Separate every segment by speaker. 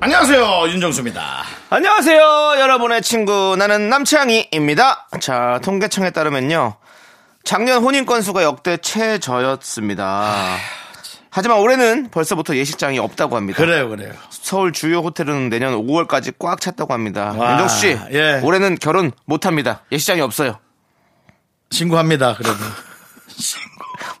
Speaker 1: 안녕하세요 윤정수입니다.
Speaker 2: 안녕하세요, 여러분의 친구. 나는 남창희입니다. 자, 통계청에 따르면요. 작년 혼인 건수가 역대 최저였습니다. 하지만 올해는 벌써부터 예식장이 없다고 합니다.
Speaker 1: 그래요 그래요.
Speaker 2: 서울 주요 호텔은 내년 5월까지 꽉 찼다고 합니다.
Speaker 1: 와,
Speaker 2: 윤정수 씨,
Speaker 1: 예.
Speaker 2: 올해는 결혼 못 합니다. 예식장이 없어요.
Speaker 1: 신고합니다 그래도.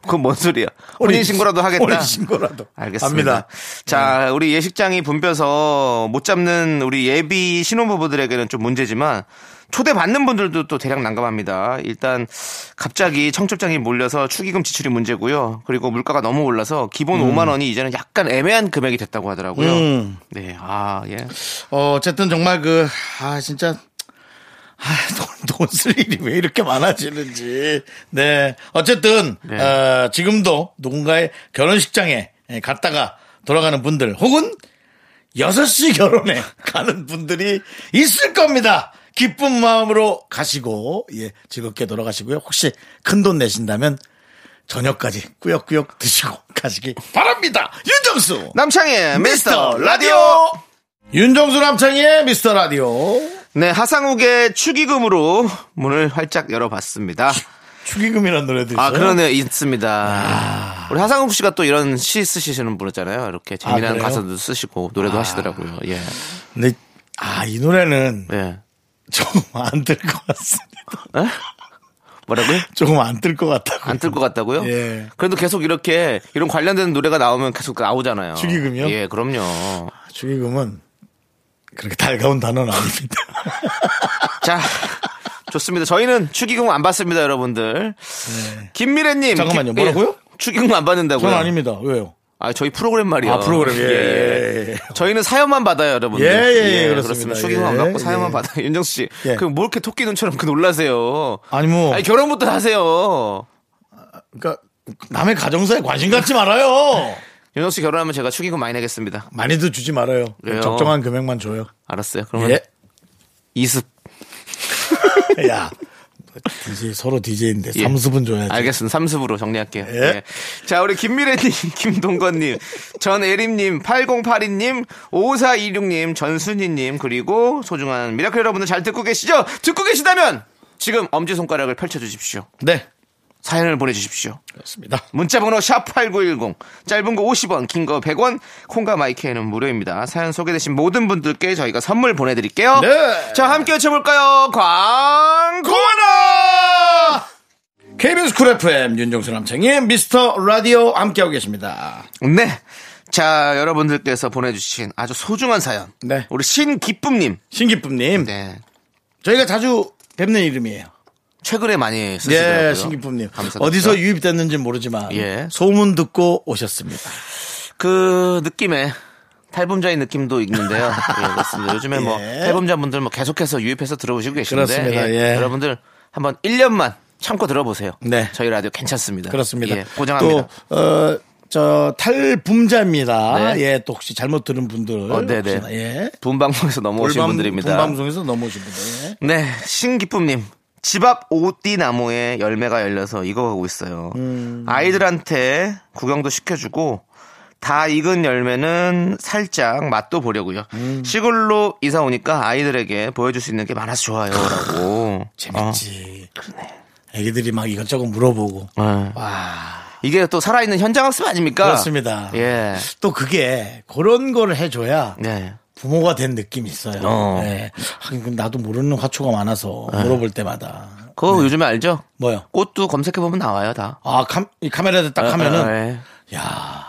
Speaker 2: 그건 뭔 소리야? 혼인 신고라도 하겠다.
Speaker 1: 혼인 신고라도.
Speaker 2: 알겠습니다. 음.
Speaker 1: 합니다.
Speaker 2: 자, 우리 예식장이 붐벼서 못 잡는 우리 예비 신혼부부들에게는 좀 문제지만 초대받는 분들도 또 대략 난감합니다. 일단 갑자기 청첩장이 몰려서 축의금 지출이 문제고요. 그리고 물가가 너무 올라서 기본 5만 원이 이제는 약간 애매한 금액이 됐다고 하더라고요.
Speaker 1: 음.
Speaker 2: 네, 아 예.
Speaker 1: 어, 어쨌든 정말 그, 아, 진짜. 아, 돈, 돈 쓸 일이 왜 이렇게 많아지는지. 네. 어쨌든,
Speaker 2: 네.
Speaker 1: 어, 지금도 누군가의 결혼식장에 갔다가 돌아가는 분들, 혹은 6시 결혼에 가는 분들이 있을 겁니다. 기쁜 마음으로 가시고, 예, 즐겁게 돌아가시고요. 혹시 큰 돈 내신다면, 저녁까지 꾸역꾸역 드시고 가시기 바랍니다. 윤정수!
Speaker 2: 남창의 미스터 라디오.
Speaker 1: 윤정수 남창희의 미스터 라디오.
Speaker 2: 네, 하상욱의 축의금으로 문을 활짝 열어봤습니다.
Speaker 1: 축의금이라는 노래도 있어요.
Speaker 2: 아, 그러네요. 있습니다. 우리 하상욱 씨가 또 이런 시 쓰시는 분이잖아요. 이렇게 재미난
Speaker 1: 그래요? 아.
Speaker 2: 가사도 쓰시고 노래도 하시더라고요. 예.
Speaker 1: 근데 아, 이 노래는
Speaker 2: 예.
Speaker 1: 조금 안 뜰 것 같습니다.
Speaker 2: 에? 뭐라고요?
Speaker 1: 조금 안 뜰 것 같다고.
Speaker 2: 안 뜰 것 같다고요?
Speaker 1: 그렇죠. 예.
Speaker 2: 그래도 계속 이렇게 이런 관련된 노래가 나오면 계속 나오잖아요.
Speaker 1: 축의금이요?
Speaker 2: 예, 그럼요.
Speaker 1: 축의금은 그렇게 달가운 단어는 아닙니다.
Speaker 2: 자, 좋습니다. 저희는 축의금 안 받습니다, 여러분들. 김미래님.
Speaker 1: 네. 잠깐만요.
Speaker 2: 김- 예.
Speaker 1: 뭐라고요?
Speaker 2: 축의금 안 받는다고요?
Speaker 1: 저는 아닙니다. 왜요?
Speaker 2: 아, 저희 프로그램 말이요.
Speaker 1: 아, 프로그램. 예, 예, 예.
Speaker 2: 저희는 사연만 받아요, 여러분들.
Speaker 1: 예, 예, 예, 그렇습니다.
Speaker 2: 축의금 안
Speaker 1: 예,
Speaker 2: 받고 사연만
Speaker 1: 예.
Speaker 2: 받아요. 윤정수 씨.
Speaker 1: 예.
Speaker 2: 그럼 뭘 이렇게 토끼 눈처럼 그 놀라세요?
Speaker 1: 아니, 뭐.
Speaker 2: 아니, 결혼부터 하세요.
Speaker 1: 그러니까 남의 가정사에 관심 갖지 말아요.
Speaker 2: 윤정수 씨 결혼하면 제가 축의금 많이 내겠습니다.
Speaker 1: 많이도 주지 말아요.
Speaker 2: 왜요?
Speaker 1: 적정한 금액만 줘요.
Speaker 2: 알았어요. 그러면
Speaker 1: 예.
Speaker 2: 이습.
Speaker 1: 야. DJ, 서로 DJ인데 삼수분 줘야지.
Speaker 2: 예. 알겠습니다. 3습으로 정리할게요.
Speaker 1: 예.
Speaker 2: 예. 자, 우리 김미래님, 김동건님, 전예림님, 8082님, 5426님, 전순희님, 그리고 소중한 미라클 여러분들 잘 듣고 계시죠? 듣고 계시다면 지금 엄지손가락을 펼쳐주십시오.
Speaker 1: 네.
Speaker 2: 사연을 보내주십시오.
Speaker 1: 그렇습니다.
Speaker 2: 문자번호 샵8910 짧은 거 50원 긴 거 100원 콩과 마이크에는 무료입니다 사연 소개되신 모든 분들께 저희가 선물 보내드릴게요
Speaker 1: 네.
Speaker 2: 자 함께 외쳐볼까요 광고하라
Speaker 1: KBS 쿨 FM 윤정수 남창희 미스터 라디오 함께하고 계십니다.
Speaker 2: 네. 네자 여러분들께서 보내주신 아주 소중한 사연
Speaker 1: 네.
Speaker 2: 우리 신기쁨님
Speaker 1: 신기쁨님
Speaker 2: 네
Speaker 1: 저희가 자주 뵙는 이름이에요.
Speaker 2: 최근에 많이 쓰시더라고요
Speaker 1: 예, 신기쁨님
Speaker 2: 감사드립니다.
Speaker 1: 어디서 유입됐는지 모르지만
Speaker 2: 예.
Speaker 1: 소문 듣고 오셨습니다.
Speaker 2: 그 느낌에 탈범자의 느낌도 있는데요. 예, 그렇습니다. 요즘에 뭐
Speaker 1: 예.
Speaker 2: 탈범자분들 뭐 계속해서 유입해서 들어오시고 계시는데
Speaker 1: 그렇습니다. 예.
Speaker 2: 여러분들 한번 1년만 참고 들어보세요.
Speaker 1: 네.
Speaker 2: 저희 라디오 괜찮습니다.
Speaker 1: 그렇습니다.
Speaker 2: 예, 고장합니다.
Speaker 1: 또 어, 저 탈붐자입니다.
Speaker 2: 네.
Speaker 1: 예, 또 혹시 잘못 들은 분들
Speaker 2: 어, 네네.
Speaker 1: 혹시나, 예.
Speaker 2: 분방송에서 넘어오신
Speaker 1: 본
Speaker 2: 분들입니다.
Speaker 1: 방송에서 넘어오신 분들. 예.
Speaker 2: 네, 신기쁨님. 집 앞 오띠 나무에 열매가 열려서 익어가고 있어요.
Speaker 1: 음.
Speaker 2: 아이들한테 구경도 시켜주고 다 익은 열매는 살짝 맛도 보려고요.
Speaker 1: 음.
Speaker 2: 시골로 이사 오니까 아이들에게 보여줄 수 있는 게 많아서 좋아요라고.
Speaker 1: 재밌지.
Speaker 2: 아,
Speaker 1: 애기들이 막 이것저것 물어보고
Speaker 2: 어, 네.
Speaker 1: 와.
Speaker 2: 이게 또 살아있는 현장 학습 아닙니까?
Speaker 1: 그렇습니다.
Speaker 2: 예.
Speaker 1: 또 그게 그런 걸 해줘야
Speaker 2: 네.
Speaker 1: 부모가 된 느낌이 있어요.
Speaker 2: 어.
Speaker 1: 예. 하긴 근데 나도 모르는 화초가 많아서 물어볼
Speaker 2: 예.
Speaker 1: 때마다
Speaker 2: 그거 요즘에 알죠?
Speaker 1: 네. 뭐요?
Speaker 2: 꽃도 검색해보면 나와요, 다.
Speaker 1: 아 캄, 이 카메라에 딱 하면은
Speaker 2: 예.
Speaker 1: 야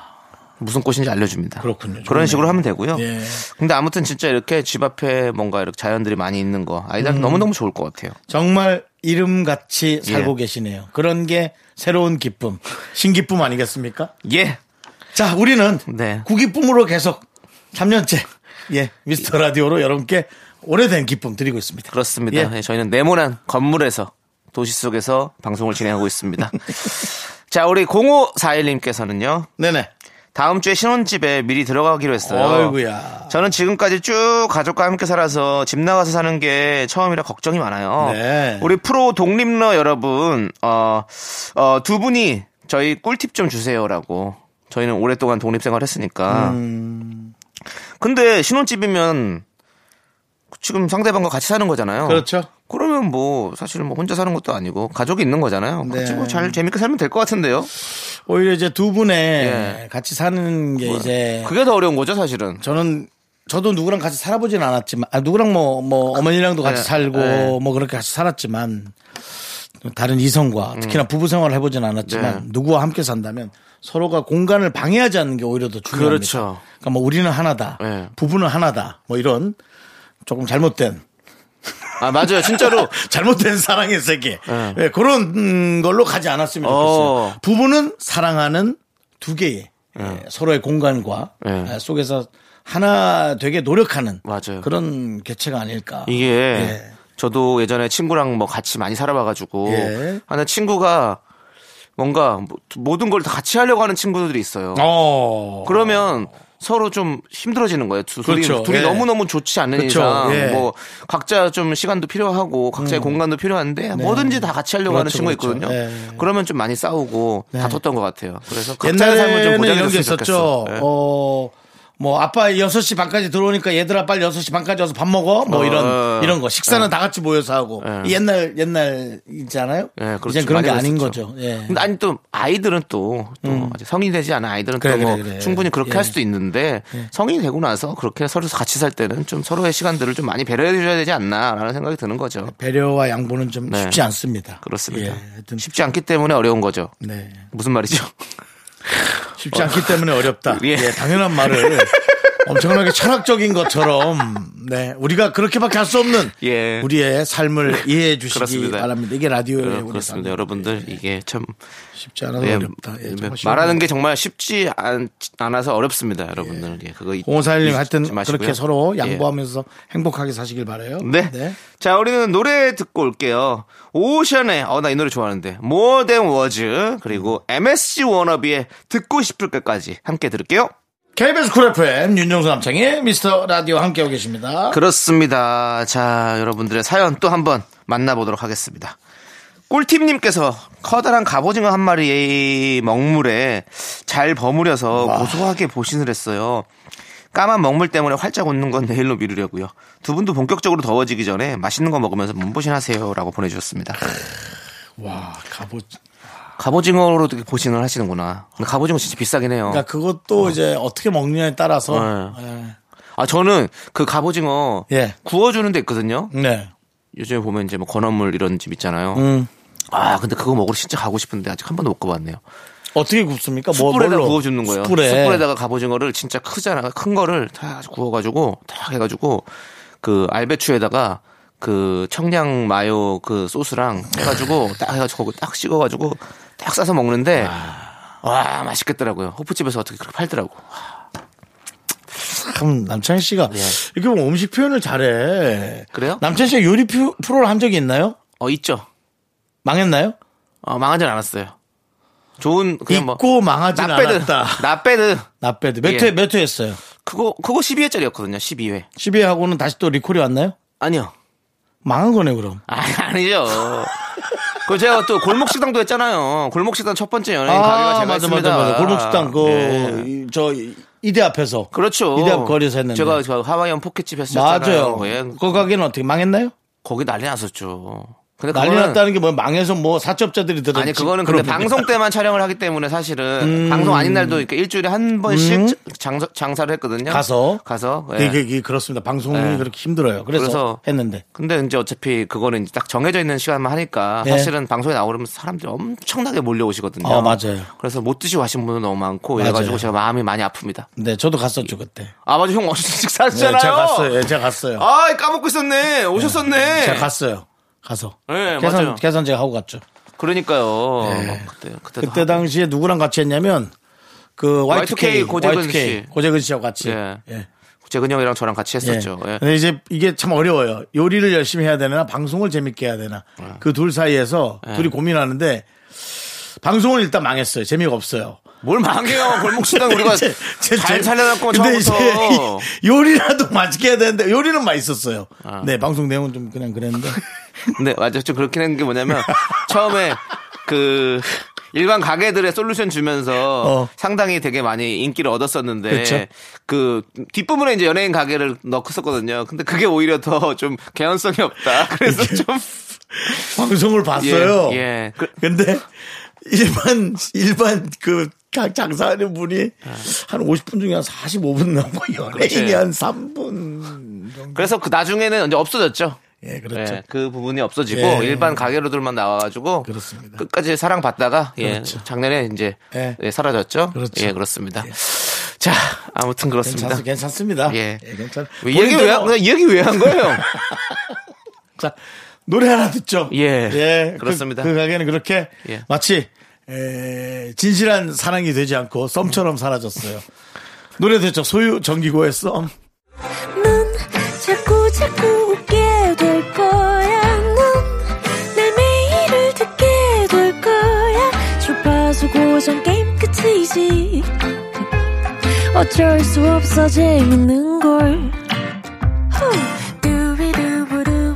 Speaker 2: 무슨 꽃인지 알려줍니다.
Speaker 1: 그렇군요. 좋네.
Speaker 2: 런 식으로 하면 되고요.
Speaker 1: 예.
Speaker 2: 근데 아무튼 진짜 이렇게 집 앞에 뭔가 이렇게 자연들이 많이 있는 거
Speaker 1: 음.
Speaker 2: 아이들한테 너무너무 좋을 것 같아요.
Speaker 1: 정말 이름 같이 살고
Speaker 2: 예.
Speaker 1: 계시네요. 그런 게 새로운 기쁨, 신기쁨 아니겠습니까?
Speaker 2: 예.
Speaker 1: 자, 우리는
Speaker 2: 네.
Speaker 1: 구기쁨으로 계속 3년째 예, 미스터 라디오로 여러분께 오래된 기쁨 드리고 있습니다.
Speaker 2: 그렇습니다.
Speaker 1: 예.
Speaker 2: 예, 저희는 네모난 건물에서 도시 속에서 방송을 진행하고 있습니다. 자, 우리 0541님께서는요.
Speaker 1: 네네.
Speaker 2: 다음 주에 신혼집에 미리 들어가기로 했어요.
Speaker 1: 아이고야.
Speaker 2: 저는 지금까지 쭉 가족과 함께 살아서 집 나가서 사는 게 처음이라 걱정이 많아요.
Speaker 1: 네.
Speaker 2: 우리 프로 독립러 여러분, 어, 어, 두 분이 저희 꿀팁 좀 주세요라고. 저희는 오랫동안 독립생활 했으니까.
Speaker 1: 음.
Speaker 2: 근데 신혼집이면 지금 상대방과 같이 사는 거잖아요.
Speaker 1: 그렇죠.
Speaker 2: 그러면 뭐 사실 뭐 혼자 사는 것도 아니고 가족이 있는 거잖아요.
Speaker 1: 네.
Speaker 2: 같이 뭐잘 재밌게 살면 될 것 같은데요.
Speaker 1: 오히려 이제 두 분의
Speaker 2: 예. 뭐,
Speaker 1: 같이 사는 게 이제
Speaker 2: 그게 더 어려운 거죠, 사실은.
Speaker 1: 음. 저는 저도 누구랑 같이 살아보진 않았지만 아, 누구랑 뭐 뭐 어머니랑도 같이
Speaker 2: 네,
Speaker 1: 살고
Speaker 2: 네.
Speaker 1: 뭐 그렇게 같이 살았지만 다른 이성과 특히나 부부 생활을 해보진 않았지만
Speaker 2: 음. 네.
Speaker 1: 누구와 함께 산다면 서로가 공간을 방해하지 않는 게 오히려 더 중요합니다.
Speaker 2: 그렇죠.
Speaker 1: 그러니까 뭐 우리는 하나다,
Speaker 2: 네.
Speaker 1: 부부는 하나다, 뭐 이런 조금 잘못된
Speaker 2: 아 맞아요, 진짜로.
Speaker 1: 잘못된 사랑의 세계
Speaker 2: 네.
Speaker 1: 네, 그런 음, 걸로 가지 않았으면 좋겠어요.
Speaker 2: 어.
Speaker 1: 부부는 사랑하는 두 개의 예, 서로의 공간과
Speaker 2: 네.
Speaker 1: 아, 속에서 하나 되게 노력하는
Speaker 2: 맞아요.
Speaker 1: 그런 개체가 아닐까.
Speaker 2: 이게
Speaker 1: 예.
Speaker 2: 저도 예전에 친구랑 뭐 같이 많이 살아봐가지고
Speaker 1: 예.
Speaker 2: 하는 친구가 뭔가 뭐- 모든 걸 다 같이 하려고 하는 친구들이 있어요.
Speaker 1: 어.
Speaker 2: 그러면 서로 좀 힘들어지는 거예요. 두, 둘이,
Speaker 1: 그렇죠.
Speaker 2: 둘이
Speaker 1: 예.
Speaker 2: 너무너무 좋지 않는
Speaker 1: 그렇죠.
Speaker 2: 이상
Speaker 1: 예. 음.
Speaker 2: 뭐 각자 좀 시간도 필요하고 각자의 공간도 필요한데 뭐든지 다 같이 하려고 하는
Speaker 1: 네. 그렇죠,
Speaker 2: 친구가
Speaker 1: 그렇죠.
Speaker 2: 있거든요.
Speaker 1: 예. 네.
Speaker 2: 그러면 좀 많이 싸우고 다퉜던 것 같아요. 그래서 각자의 삶을 좀
Speaker 1: 옛날에는 이런 게
Speaker 2: 보장해줬으면
Speaker 1: 있었죠.
Speaker 2: 좋겠어. 예.
Speaker 1: 어. 뭐 아빠 6시 반까지 들어오니까 얘들아 빨리 6시 반까지 와서 밥 먹어 뭐
Speaker 2: 어,
Speaker 1: 이런
Speaker 2: 어,
Speaker 1: 이런 거 식사는 다 같이 모여서 하고
Speaker 2: 예.
Speaker 1: 옛날 옛날이잖아요.
Speaker 2: 예, 그렇죠.
Speaker 1: 이제 그런 게
Speaker 2: 많이
Speaker 1: 아닌
Speaker 2: 그랬었죠.
Speaker 1: 거죠. 예. 음.
Speaker 2: 근데 아니 또 아이들은 또, 또 아직 성인이 되지 않은 아이들은
Speaker 1: 그래,
Speaker 2: 또 뭐
Speaker 1: 그래, 그래.
Speaker 2: 충분히 그렇게
Speaker 1: 예.
Speaker 2: 할 수도 있는데 성인이 되고 나서 그렇게 서로 같이 살 때는 좀 서로의 시간들을 좀 많이 배려해 주셔야 되지 않나라는 생각이 드는 거죠.
Speaker 1: 배려와 양보는 좀
Speaker 2: 네.
Speaker 1: 쉽지 않습니다.
Speaker 2: 그렇습니다.
Speaker 1: 예, 하여튼 쉽,
Speaker 2: 쉽지 않기 때문에 어려운 거죠.
Speaker 1: 네.
Speaker 2: 무슨 말이죠?
Speaker 1: 쉽지 않기 때문에 어렵다.
Speaker 2: 예.
Speaker 1: 예, 당연한 말을 엄청나게 철학적인 것처럼 네, 우리가 그렇게밖에 할 수 없는
Speaker 2: 예.
Speaker 1: 우리의 삶을 이해해 주시기
Speaker 2: 그렇습니다. 어,
Speaker 1: 바랍니다. 이게 라디오의 우리
Speaker 2: 그렇습니다.
Speaker 1: 삶.
Speaker 2: 여러분들 이게 참
Speaker 1: 쉽지 않아서
Speaker 2: 예,
Speaker 1: 예. 어렵다. 예, 정말 쉬운
Speaker 2: 말하는 게 정말 쉽지 않, 않아서 어렵습니다. 여러분들 예. 그거 잊-
Speaker 1: 공호사일님
Speaker 2: 잊지
Speaker 1: 하여튼
Speaker 2: 마시고요.
Speaker 1: 그렇게 서로
Speaker 2: 예.
Speaker 1: 양보하면서 행복하게 사시길 바래요.
Speaker 2: 네. 자, 우리는 노래 듣고 올게요. 오션의, 어, 나 이 노래 좋아하는데. More Than Words, 그리고 MSG 워너비의 듣고 싶을 것까지 함께 들을게요.
Speaker 1: KBS 쿨 FM 윤정수 남창의 미스터 라디오 함께하고 계십니다.
Speaker 2: 그 그렇습니다. 자, 여러분들의 사연 또 한번 만나보도록 하겠습니다. 꿀팁님께서 커다란 갑오징어 한 마리의 먹물에 잘 버무려서 고소하게 보신을 했어요. 까만 먹물 때문에 활짝 웃는 건 내일로 미루려고요. 두 분도 본격적으로 더워지기 전에 맛있는 거 먹으면서 몸보신하세요라고 보내주셨습니다.
Speaker 1: 와, 갑오.
Speaker 2: 어.
Speaker 1: 그러니까
Speaker 2: 갑오징어로 이렇게 보신을 하시는구나. 근데 갑오징어 진짜 비싸긴 해요.
Speaker 1: 그러니까 그것도 이제 어떻게 먹느냐에 따라서.
Speaker 2: 아 저는 그 갑오징어
Speaker 1: 예.
Speaker 2: 구워주는 데 있거든요.
Speaker 1: 예. 네.
Speaker 2: 요즘에 보면 이제 뭐 건어물 이런 집 있잖아요.
Speaker 1: 음.
Speaker 2: 아 근데 그거 먹으러 진짜 가고 싶은데 아직 한 번도 못 가봤네요.
Speaker 1: 어떻게 굽습니까? 뭐,
Speaker 2: 숯불에다
Speaker 1: 뭘로?
Speaker 2: 구워주는 거예요.
Speaker 1: 숯불에.
Speaker 2: 다가 갑오징어를 진짜 크잖아 큰 거를 다 구워가지고 다 해가지고 그 알배추에다가 그 청양 마요 그 소스랑 해가지고 딱 해가지고 거기 딱 씻어가지고 딱 싸서 먹는데
Speaker 1: 아.
Speaker 2: 와 맛있겠더라고요. 호프집에서 어떻게 그렇게 팔더라고.
Speaker 1: 참, 남창희 씨가 이렇게 보면 음식 표현을 잘해.
Speaker 2: 예. 그래요?
Speaker 1: 남창희 씨가 요리 표- 프로를 한 적이 있나요?
Speaker 2: 어 있죠.
Speaker 1: 망했나요?
Speaker 2: 어, 망하진 않았어요. 좋은 그냥 뭐
Speaker 1: 있고 망하진
Speaker 2: 나빼드
Speaker 1: 않았다.
Speaker 2: 나빼드
Speaker 1: 나빼드. 몇
Speaker 2: 예.
Speaker 1: 회, 몇 회 했어요?
Speaker 2: 그거 그거 12회짜리였거든요. 12회
Speaker 1: 12회하고는 다시 또 리콜이 왔나요?
Speaker 2: 아니요
Speaker 1: 망한 거네, 그럼.
Speaker 2: 아, 아니죠. 그 제가 또 골목 식당도 했잖아요. 골목 식당 첫 번째 연예인 가게가 제가
Speaker 1: 맞아,
Speaker 2: 했습니다.
Speaker 1: 맞아, 맞아. 골목식당, 그,
Speaker 2: 예.
Speaker 1: 이- 저, 이- 이대 앞에서.
Speaker 2: 그렇죠.
Speaker 1: 이대 앞 거리에서 했는데.
Speaker 2: 제가 저 하와이안 포켓집 했었잖아요.
Speaker 1: 맞아요.
Speaker 2: 예.
Speaker 1: 그 가게는 어떻게 망했나요?
Speaker 2: 거기 난리 났었죠. 근데
Speaker 1: 난리
Speaker 2: 그거는-
Speaker 1: 났다는 게 뭐 망해서 뭐 사채업자들이 들어
Speaker 2: 아니 그거는 근데 방송 때만 촬영을 하기 때문에
Speaker 1: 음.
Speaker 2: 사실은 방송 아닌 날도 이렇게 일주일에 한 번씩 장사, 장사를 했거든요.
Speaker 1: 가서.
Speaker 2: 가서. 예.
Speaker 1: 네, 그- 그- 그렇습니다. 방송이
Speaker 2: 예.
Speaker 1: 그렇게 힘들어요. 그래서,
Speaker 2: 그래서
Speaker 1: 했는데.
Speaker 2: 근데 이제 어차피 그거는 이제 딱 정해져 있는 시간만 하니까
Speaker 1: 예.
Speaker 2: 사실은 방송에 나오면 사람들이 엄청나게 몰려오시거든요.
Speaker 1: 어, 맞아요.
Speaker 2: 그래서 못 드시고 하신 분도 너무 많고
Speaker 1: 맞아요.
Speaker 2: 이래가지고 제가 마음이 많이 아픕니다.
Speaker 1: 네, 저도 갔었죠, 그때.
Speaker 2: 아 맞아 형 어제
Speaker 1: 네,
Speaker 2: 식사하셨잖아요.
Speaker 1: 제가 갔어요. 예, 제가 갔어요.
Speaker 2: 아 까먹고 있었네. 오셨었네.
Speaker 1: 제가 갔어요. 가서.
Speaker 2: 네,
Speaker 1: 계산,
Speaker 2: 맞아요.
Speaker 1: 계산 제가 하고 갔죠.
Speaker 2: 그러니까요. 어,
Speaker 1: 네.
Speaker 2: 그때 그때도
Speaker 1: 그때
Speaker 2: 하고.
Speaker 1: 당시에 누구랑 같이 했냐면, 그, Y2K,
Speaker 2: Y2K 고재근 씨.
Speaker 1: 고재근 씨하고 같이.
Speaker 2: 예.
Speaker 1: 예.
Speaker 2: 재근 형이랑 저랑 같이 했었죠.
Speaker 1: 예.
Speaker 2: 예.
Speaker 1: 근데 이제 이게 참 어려워요. 요리를 열심히 해야 되나 방송을 재밌게 해야 되나
Speaker 2: 예.
Speaker 1: 그 둘 사이에서 둘이 고민하는데 방송은 일단 망했어요. 재미가 없어요.
Speaker 2: 뭘 망해요. 골목수당 우리가
Speaker 1: 네, 제- 제-
Speaker 2: 그러니까 잘
Speaker 1: 제-
Speaker 2: 살려놨고
Speaker 1: 근데
Speaker 2: 처음부터.
Speaker 1: 이제 이- 요리라도 맛있게 해야 되는데 요리는 맛있었어요.
Speaker 2: 아.
Speaker 1: 네 방송 내용은 좀 그냥 그랬는데
Speaker 2: 네, 맞아요. 좀 그렇긴 했는 게 뭐냐면 처음에 그 일반 가게들의 솔루션 주면서
Speaker 1: 어.
Speaker 2: 상당히 되게 많이 인기를 얻었었는데
Speaker 1: 그렇죠.
Speaker 2: 그 뒷부분에 이제 연예인 가게를 넣었었거든요. 근데 그게 오히려 더 좀 개연성이 없다. 그래서 좀
Speaker 1: 방송을 봤어요.
Speaker 2: 예, 예. 그-
Speaker 1: 근데 일반 일반 그 장- 장사하는 분이 한 50분 중에 한 45분 남고 연예인이
Speaker 2: 아. 그렇죠.
Speaker 1: 한 3분 정도.
Speaker 2: 그래서 그 나중에는 이제 없어졌죠.
Speaker 1: 예, 그렇죠.
Speaker 2: 예, 그 부분이 없어지고
Speaker 1: 예.
Speaker 2: 일반 가게로들만 나와가지고
Speaker 1: 그렇습니다.
Speaker 2: 끝까지 사랑받다가 예,
Speaker 1: 그렇죠.
Speaker 2: 작년에 이제
Speaker 1: 예.
Speaker 2: 예, 사라졌죠.
Speaker 1: 그렇죠.
Speaker 2: 예, 그렇습니다. 자, 아무튼 그렇습니다.
Speaker 1: 괜찮, 괜찮습니다. 뭐
Speaker 2: 예.
Speaker 1: 괜찮.
Speaker 2: 이 얘기 왜, 한- 이 얘기 왜 한 거예요?
Speaker 1: 자, 노래 하나 듣죠.
Speaker 2: 예.
Speaker 1: 그-
Speaker 2: 그렇습니다.
Speaker 1: 그, 가게는 그렇게
Speaker 2: 예.
Speaker 1: 마치 에, 진실한 사랑이 되지 않고 썸처럼 사라졌어요. 노래 듣죠. 소유 정기고의 썸.
Speaker 3: 넌 자꾸 자꾸 웃게 될 거야. 넌내 매일을 듣게 될 거야. 주파수 고정 게임 끝이지. 어쩔 수 없어 재밌는 걸. 후. 두비두부두.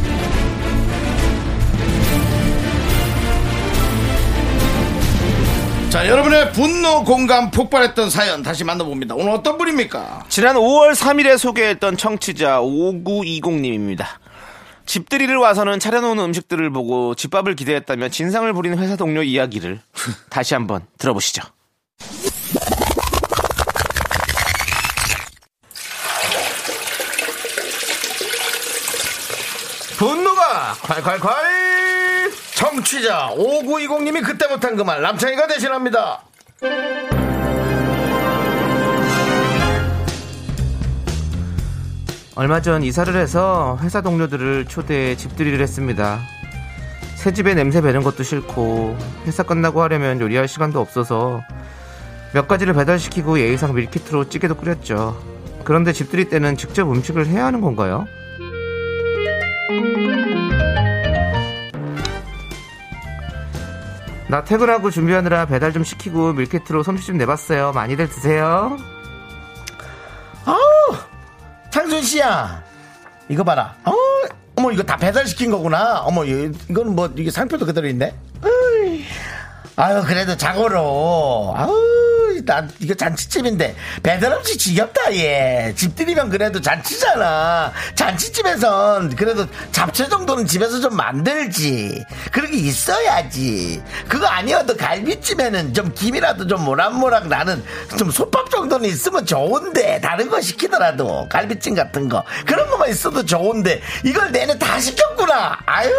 Speaker 1: 자, 여러분의 분노 공감 폭발했던 사연 다시 만나봅니다. 오늘 어떤 분입니까?
Speaker 2: 지난 5월 3일에 소개했던 청취자 5920님입니다. 집들이를 와서는 차려놓은 음식들을 보고 집밥을 기대했다며 진상을 부리는 회사 동료 이야기를 다시 한번 들어보시죠.
Speaker 1: 분노가 콸콸콸 청취자 5920님이 그때 못한 그 말 남창희가 대신합니다
Speaker 2: 얼마 전 이사를 해서 회사 동료들을 초대해 집들이를 했습니다. 새 집에 냄새 배는 것도 싫고 회사 끝나고 하려면 요리할 시간도 없어서 몇 가지를 배달시키고 예의상 밀키트로 찌개도 끓였죠. 그런데 집들이 때는 직접 음식을 해야 하는 건가요? 나 퇴근하고 준비하느라 배달 좀 시키고 밀키트로 솜씨 좀 내봤어요. 많이들 드세요.
Speaker 1: 창순씨야 이거 봐라 어, 어머 이거 다 배달시킨 거구나 어머 이- 이건 뭐 이게 상표도 그대로 있네 어이. 아유 그래도 자고로 아유 나 이거 잔치집인데 배달음식 지겹다 얘 집들이면 그래도 잔치잖아 잔치집에선 그래도 잡채 정도는 집에서 좀 만들지 그런 게 있어야지 그거 아니어도 갈비찜에는 좀 김이라도 좀 모락모락 나는 좀 솥밥 정도는 있으면 좋은데 다른 거 시키더라도 갈비찜 같은 거 그런 거만 있어도 좋은데 이걸 내내 다 시켰구나 아유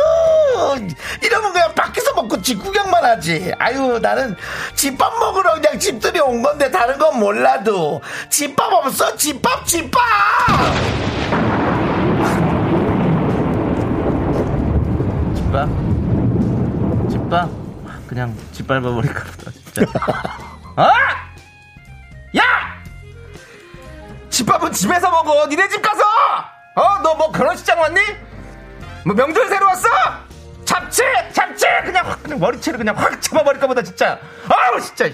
Speaker 1: 이러면 그냥 밖에서 먹고 집 구경만 하지 아유 나는 집밥 먹으러 그냥 집들이 온 건데 다른 건 몰라도 집밥 없어 집밥 집밥
Speaker 2: 집밥? 집밥? 그냥 집 밟아버릴까 보다 진짜 어? 야! 집밥은 집에서 먹어 니네 집 가서 어? 너 뭐 결혼식장 왔니? 뭐 명절 새로 왔어? 잡채! 잡채! 그냥 확 그냥 머리채를 그냥 확 잡아버릴까 보다 진짜 아우 진짜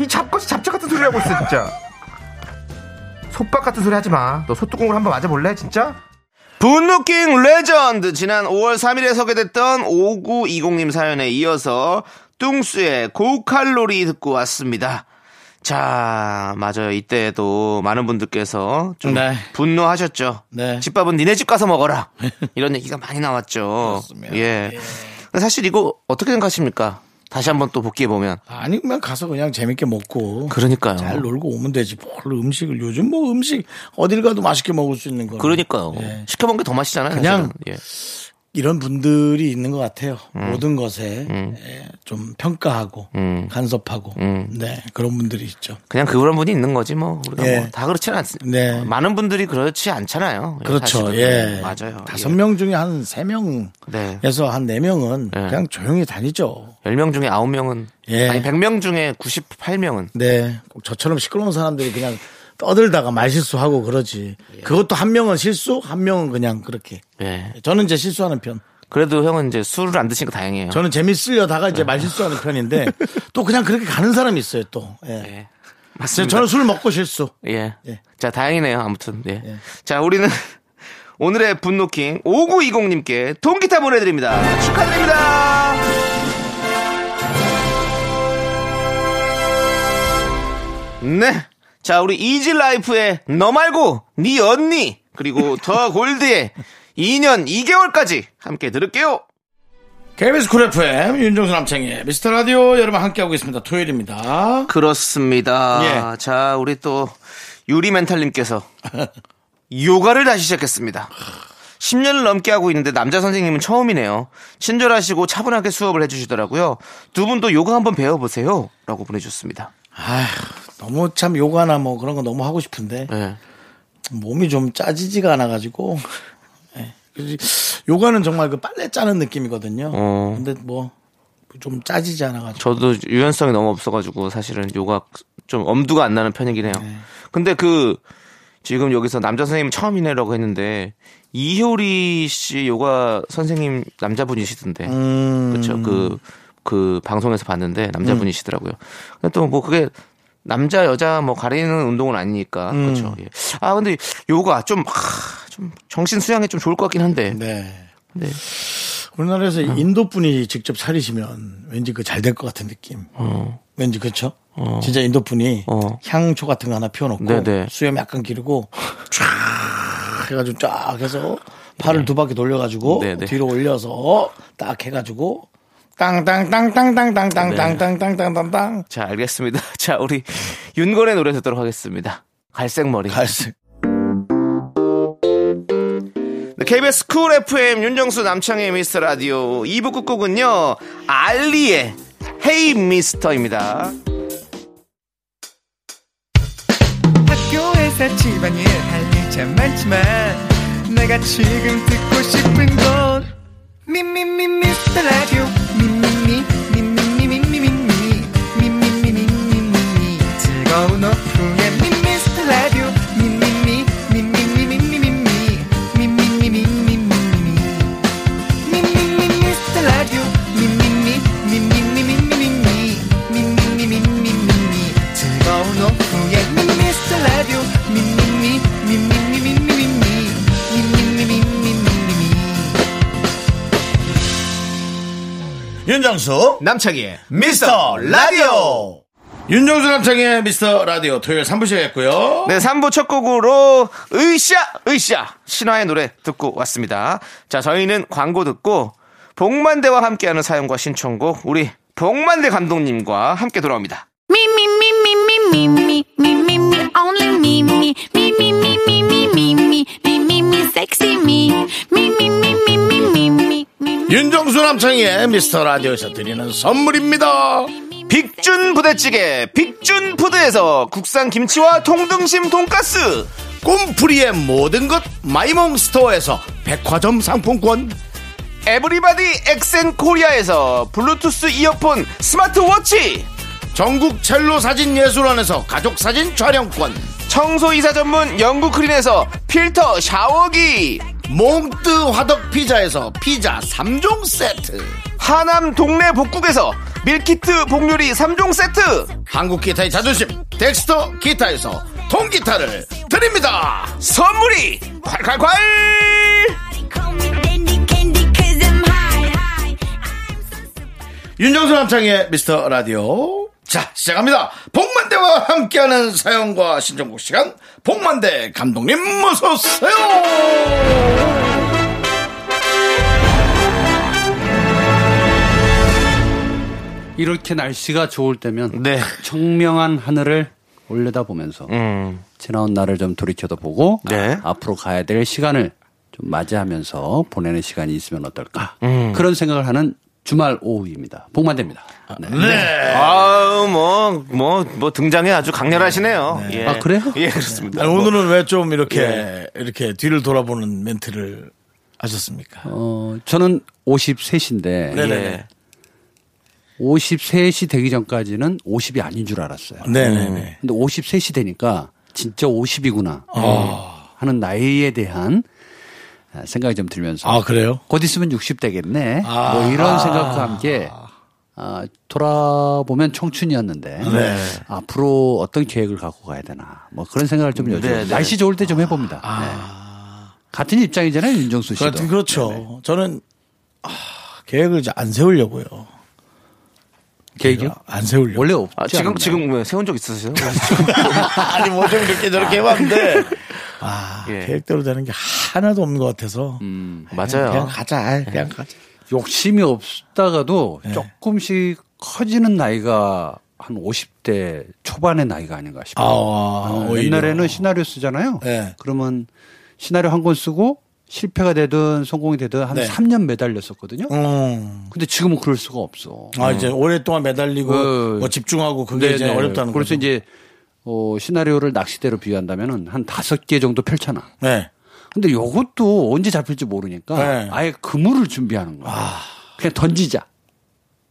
Speaker 2: 이 잡것이 잡채 같은 소리 하고 있어 진짜 솥밥 같은 소리 하지마 너 소뚜껑으로 한번 맞아볼래 진짜? 분노킹 레전드 지난 5월 3일에 소개됐던 5920님 사연에 이어서 뚱수의 고칼로리 듣고 왔습니다. 자, 맞아요. 이때도 많은 분들께서 좀
Speaker 1: 네.
Speaker 2: 분노하셨죠.
Speaker 1: 네.
Speaker 2: 집밥은 니네 집 가서 먹어라. 이런 얘기가 많이 나왔죠.
Speaker 1: 그렇습니다.
Speaker 2: 예. 사실 이거 어떻게 생각하십니까? 다시 한번 또 복귀해 보면
Speaker 1: 아니 그냥 가서 그냥 재밌게 먹고
Speaker 2: 그러니까요.
Speaker 1: 잘 놀고 오면 되지 뭘 음식을 요즘 뭐 음식 어딜 가도 맛있게 먹을 수 있는 거
Speaker 2: 그러니까요.
Speaker 1: 예.
Speaker 2: 시켜 먹는 게 더 맛있잖아요.
Speaker 1: 그냥
Speaker 2: 사실은. 예.
Speaker 1: 이런 분들이 있는 것 같아요.
Speaker 2: 음.
Speaker 1: 모든 것에 예, 좀 평가하고 간섭하고
Speaker 2: 음.
Speaker 1: 네 그런 분들이 있죠.
Speaker 2: 그냥 그런 분이 있는 거지 뭐 우리가
Speaker 1: 예.
Speaker 2: 뭐 다 그렇지는 않습니다. 어,
Speaker 1: 네.
Speaker 2: 많은 분들이 그렇지 않잖아요.
Speaker 1: 그렇죠.
Speaker 2: 네, 사실은.
Speaker 1: 예.
Speaker 2: 맞아요.
Speaker 1: 다섯 명 중에 한 세 명에서
Speaker 2: 네.
Speaker 1: 한 네 명은
Speaker 2: 예.
Speaker 1: 그냥 조용히 다니죠.
Speaker 2: 10명 중에 9명은
Speaker 1: 예.
Speaker 2: 아니 100명 중에 98명은
Speaker 1: 네. 꼭 저처럼 시끄러운 사람들이 그냥 떠들다가 말실수하고 그러지. 그것도 한 명은 실수, 한 명은 그냥 그렇게.
Speaker 2: 예.
Speaker 1: 저는 이제 실수하는 편.
Speaker 2: 그래도 형은 이제 술을 안 드시니까 다행이에요.
Speaker 1: 저는 재밌으려다가 이제 말실수하는 편인데 또 그냥 그렇게 가는 사람이 있어요 또. 예.
Speaker 2: 예.
Speaker 1: 저-
Speaker 2: 맞습니다.
Speaker 1: 저는 술 먹고 실수.
Speaker 2: 예.
Speaker 1: 예.
Speaker 2: 자, 다행이네요. 아무튼. 예. 자, 우리는 오늘의 분노킹 5920님께 통기타 보내드립니다. 축하드립니다. 네. 자, 우리 이지라이프의 너 말고 네 언니 그리고 더 골드의 2년 2개월까지 함께 들을게요.
Speaker 1: KBS 쿨 FM 윤정수 남창의 미스터 라디오 여러분 함께하고 있습니다. 토요일입니다.
Speaker 2: 그렇습니다.
Speaker 1: 예.
Speaker 2: 자, 우리 또 유리멘탈님께서 요가를 다시 시작했습니다. 10년을 넘게 하고 있는데 남자 선생님은 처음이네요. 친절하시고 차분하게 수업을 해주시더라고요. 두 분도 요가 한번 배워보세요. 라고 보내주셨습니다.
Speaker 1: 아휴, 너무 참 요가나 뭐 그런 거 너무 하고 싶은데
Speaker 2: 예.
Speaker 1: 몸이 좀 짜지지가 않아가지고 예. 그래서 요가는 정말 그 빨래 짜는 느낌이거든요.
Speaker 2: 어.
Speaker 1: 근데 뭐 좀 짜지지 않아가지고
Speaker 2: 저도 유연성이 너무 없어가지고 사실은 요가 좀 엄두가 안 나는 편이긴 해요. 근데 그 지금 여기서 남자 선생님 처음이네라고 했는데 이효리 씨 요가 선생님 남자분이시던데 그렇죠 그 그 방송에서 봤는데 남자분이시더라고요. 근데 또 뭐 그게 남자 여자 뭐 가리는 운동은 아니니까 그렇죠. 예. 아 근데 요가 좀좀 좀 정신 수양에 좀 좋을 것 같긴 한데
Speaker 1: 네.
Speaker 2: 네. 음.
Speaker 1: 우리나라에서 인도 분이 직접 차리시면 왠지 그 잘 될 것 같은 느낌. 왠지 그렇죠. 진짜 인도 분이
Speaker 2: 어.
Speaker 1: 향초 같은 거 하나 피워놓고
Speaker 2: 네네.
Speaker 1: 수염 약간 기르고 쫙 해가지고 쫙 해서 팔을 두 바퀴 돌려가지고
Speaker 2: 네. 네네.
Speaker 1: 뒤로 올려서 딱 해가지고 땅땅땅땅땅땅땅땅땅땅땅땅땅땅
Speaker 2: 음. 자 알겠습니다. 자 우리 윤건의 노래 듣도록 하겠습니다. 갈색 머리.
Speaker 1: 갈색.
Speaker 2: 네, KBS 쿨 FM 윤정수 남창의 미스터 라디오 2부 끝곡은요 알리의 헤이 미스터입니다
Speaker 4: 학교에서 집안일 할 일 참 많지만 내가 지금 듣고 싶은 건 미미미 미스터 라디오 미미미 미미미 미미미 미미미 미미미 미미미 즐거운 오후에 미스터 라디오 미미미 미미미 미미미 미미미 미미미 미미미
Speaker 1: 윤정수
Speaker 2: 남창희의
Speaker 1: 미스터 라디오 윤정수 남창의 미스터 라디오 토요일 3부 시작했고요.
Speaker 2: 네 3부 첫 곡으로 으쌰 으쌰 신화의 노래 듣고 왔습니다 자 저희는 광고 듣고 복만대와 함께하는 사연과 신청곡 우리 복만대 감독님과 함께 돌아옵니다
Speaker 3: Me, me, me, me, me, me, me, me, me, me, only me, me, me, me, me, me, me, me, me, me, me, me, sexy me, me, me, me, me, me, me, me, me, me.
Speaker 1: 윤정수 남창의 미스터 라디오에서 드리는 선물입니다.
Speaker 2: 빅준 부대찌개 빅준 푸드에서 국산 김치와 통등심 돈가스
Speaker 1: 꿈풀이의 모든 것 마이몽 스토어에서 백화점 상품권
Speaker 2: 에브리바디 엑센 코리아에서 블루투스 이어폰 스마트워치
Speaker 1: 전국 첼로 사진 예술원에서 가족 사진 촬영권
Speaker 2: 청소이사 전문 영국 크린에서 필터 샤워기
Speaker 1: 몽뜨 화덕 피자에서 피자 3종 세트
Speaker 2: 하남 동네 복국에서 밀키트 복요리 3종 세트
Speaker 1: 한국 기타의 자존심 덱스터 기타에서 통기타를 드립니다
Speaker 2: 선물이 콸콸콸
Speaker 3: Call me dandy candy 'cause I'm high, high. I'm so super.
Speaker 1: 윤정수 남창의 미스터 라디오 자 시작합니다 복만대와 함께하는 사연과 신정국 시간 복만대 감독님 어서오세요
Speaker 5: 이렇게 날씨가 좋을 때면
Speaker 2: 네.
Speaker 5: 청명한 하늘을
Speaker 1: 음.
Speaker 5: 올려다보면서 지나온 날을 좀 돌이켜도 보고
Speaker 2: 네.
Speaker 5: 앞으로 가야 될 시간을 좀 맞이하면서 보내는 시간이 있으면 어떨까 그런 생각을 하는 주말 오후입니다. 복만 됩니다. 네.
Speaker 1: 네.
Speaker 2: 아우 뭐뭐뭐 등장이 아주 강렬하시네요. 예.
Speaker 5: 아, 그래요?
Speaker 2: 예 그렇습니다.
Speaker 1: 아니,
Speaker 2: 뭐,
Speaker 1: 오늘은 왜 좀 이렇게
Speaker 5: 예.
Speaker 1: 이렇게 뒤를 돌아보는 멘트를 하셨습니까?
Speaker 5: 어, 저는 53인데
Speaker 1: 네네.
Speaker 2: 예.
Speaker 5: 53이 되기 전까지는 50이 아닌 줄 알았어요.
Speaker 1: 네네네.
Speaker 5: 근데 53이 되니까 진짜 50이구나 네. 하는 나이에 대한 생각이 좀 들면서
Speaker 1: 아 그래요?
Speaker 5: 곧 있으면 60대겠네.
Speaker 1: 아.
Speaker 5: 뭐 이런 생각과 함께 아, 돌아보면 청춘이었는데
Speaker 1: 네.
Speaker 5: 앞으로 어떤 계획을 갖고 가야 되나 뭐 그런 생각을 좀 요즘
Speaker 2: 네, 네.
Speaker 5: 날씨 좋을 때 좀 해봅니다. 네. 같은 입장이잖아요 윤정수 씨도.
Speaker 1: 같은 그렇죠. 저는 아, 계획을 이제 안 세우려고요.
Speaker 5: 계획이요?
Speaker 1: 안 세우려고.
Speaker 5: 원래 없지
Speaker 2: 아, 지금
Speaker 5: 않았나요?
Speaker 2: 지금 뭐 세운 적 있으세요?
Speaker 1: 아니 뭐 좀 이렇게 저렇게 해봤는데 아
Speaker 2: 예.
Speaker 1: 계획대로 되는 게 하나도 없는 것 같아서 음.
Speaker 5: 음.
Speaker 1: 그냥,
Speaker 2: 맞아요.
Speaker 1: 가자. 아이, 그냥 가자.
Speaker 5: 욕심이 없다가도 조금씩 커지는 나이가 한 50대 초반의 나이가 아닌가 싶어요.
Speaker 1: 아,
Speaker 5: 어, 옛날에는 시나리오 쓰잖아요.
Speaker 1: 네.
Speaker 5: 그러면 시나리오 한 권 쓰고 실패가 되든 성공이 되든 한
Speaker 1: 네.
Speaker 5: 3년 매달렸었거든요.
Speaker 1: 음.
Speaker 5: 근데 지금은 그럴 수가 없어.
Speaker 1: 아 이제 오랫동안 매달리고
Speaker 5: 어.
Speaker 1: 뭐 집중하고 그게 이제
Speaker 5: 네네.
Speaker 1: 어렵다는 거죠.
Speaker 5: 그래서 이제 어, 시나리오를 낚시대로 비유한다면은 한 다섯 개 정도 펼쳐놔.
Speaker 1: 네.
Speaker 5: 근데 요것도 언제 잡힐지 모르니까
Speaker 1: 네. 아.
Speaker 5: 아예 그물을 준비하는 거야. 그냥 던지자.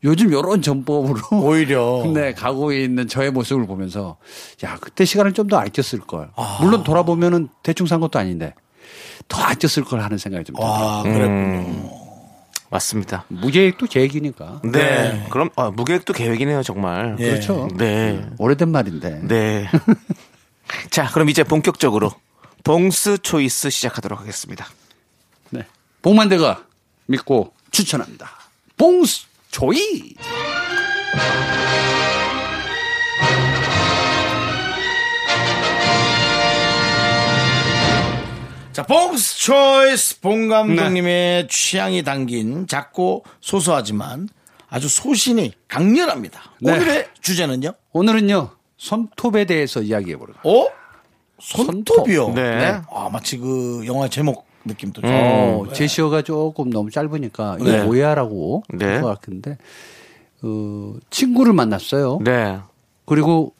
Speaker 5: 요즘 요런 전법으로
Speaker 1: 오히려.
Speaker 5: 네, 가고 있는 저의 모습을 보면서 야, 그때 시간을 좀 더 아꼈을 걸. 물론 돌아보면은 대충 산 것도 아닌데 더 아꼈을 걸 하는 생각이 좀 들어요.
Speaker 1: 아 그랬군요.
Speaker 2: 음. 맞습니다.
Speaker 5: 무계획도 계획이니까.
Speaker 2: 네. 그럼 아, 무계획도 계획이네요 정말.
Speaker 1: 예.
Speaker 5: 그렇죠.
Speaker 2: 네.
Speaker 5: 오래된 말인데.
Speaker 2: 네. 자 그럼 이제 본격적으로 동스 초이스 시작하도록 하겠습니다.
Speaker 5: 네. 봉만대가 믿고 추천합니다. 봉스 조이.
Speaker 1: 자, 봉스 초이스 봉
Speaker 2: 네.
Speaker 1: 감독님의 취향이 담긴 작고 소소하지만 아주 소신이 강렬합니다.
Speaker 5: 네.
Speaker 1: 오늘의 주제는요?
Speaker 5: 오늘은요. 손톱에 대해서 이야기해 보려고.
Speaker 1: 어? 손톱이요?
Speaker 5: 손톱.
Speaker 2: 네. 음.
Speaker 1: 아, 마치 그 영화 제목 느낌도 좀.
Speaker 5: 어, 제시어가 조금 너무 짧으니까 이거
Speaker 1: 네.
Speaker 5: 오해하라고
Speaker 2: 네.
Speaker 5: 할 것 같은데 어, 친구를 만났어요.
Speaker 2: 네.
Speaker 5: 그리고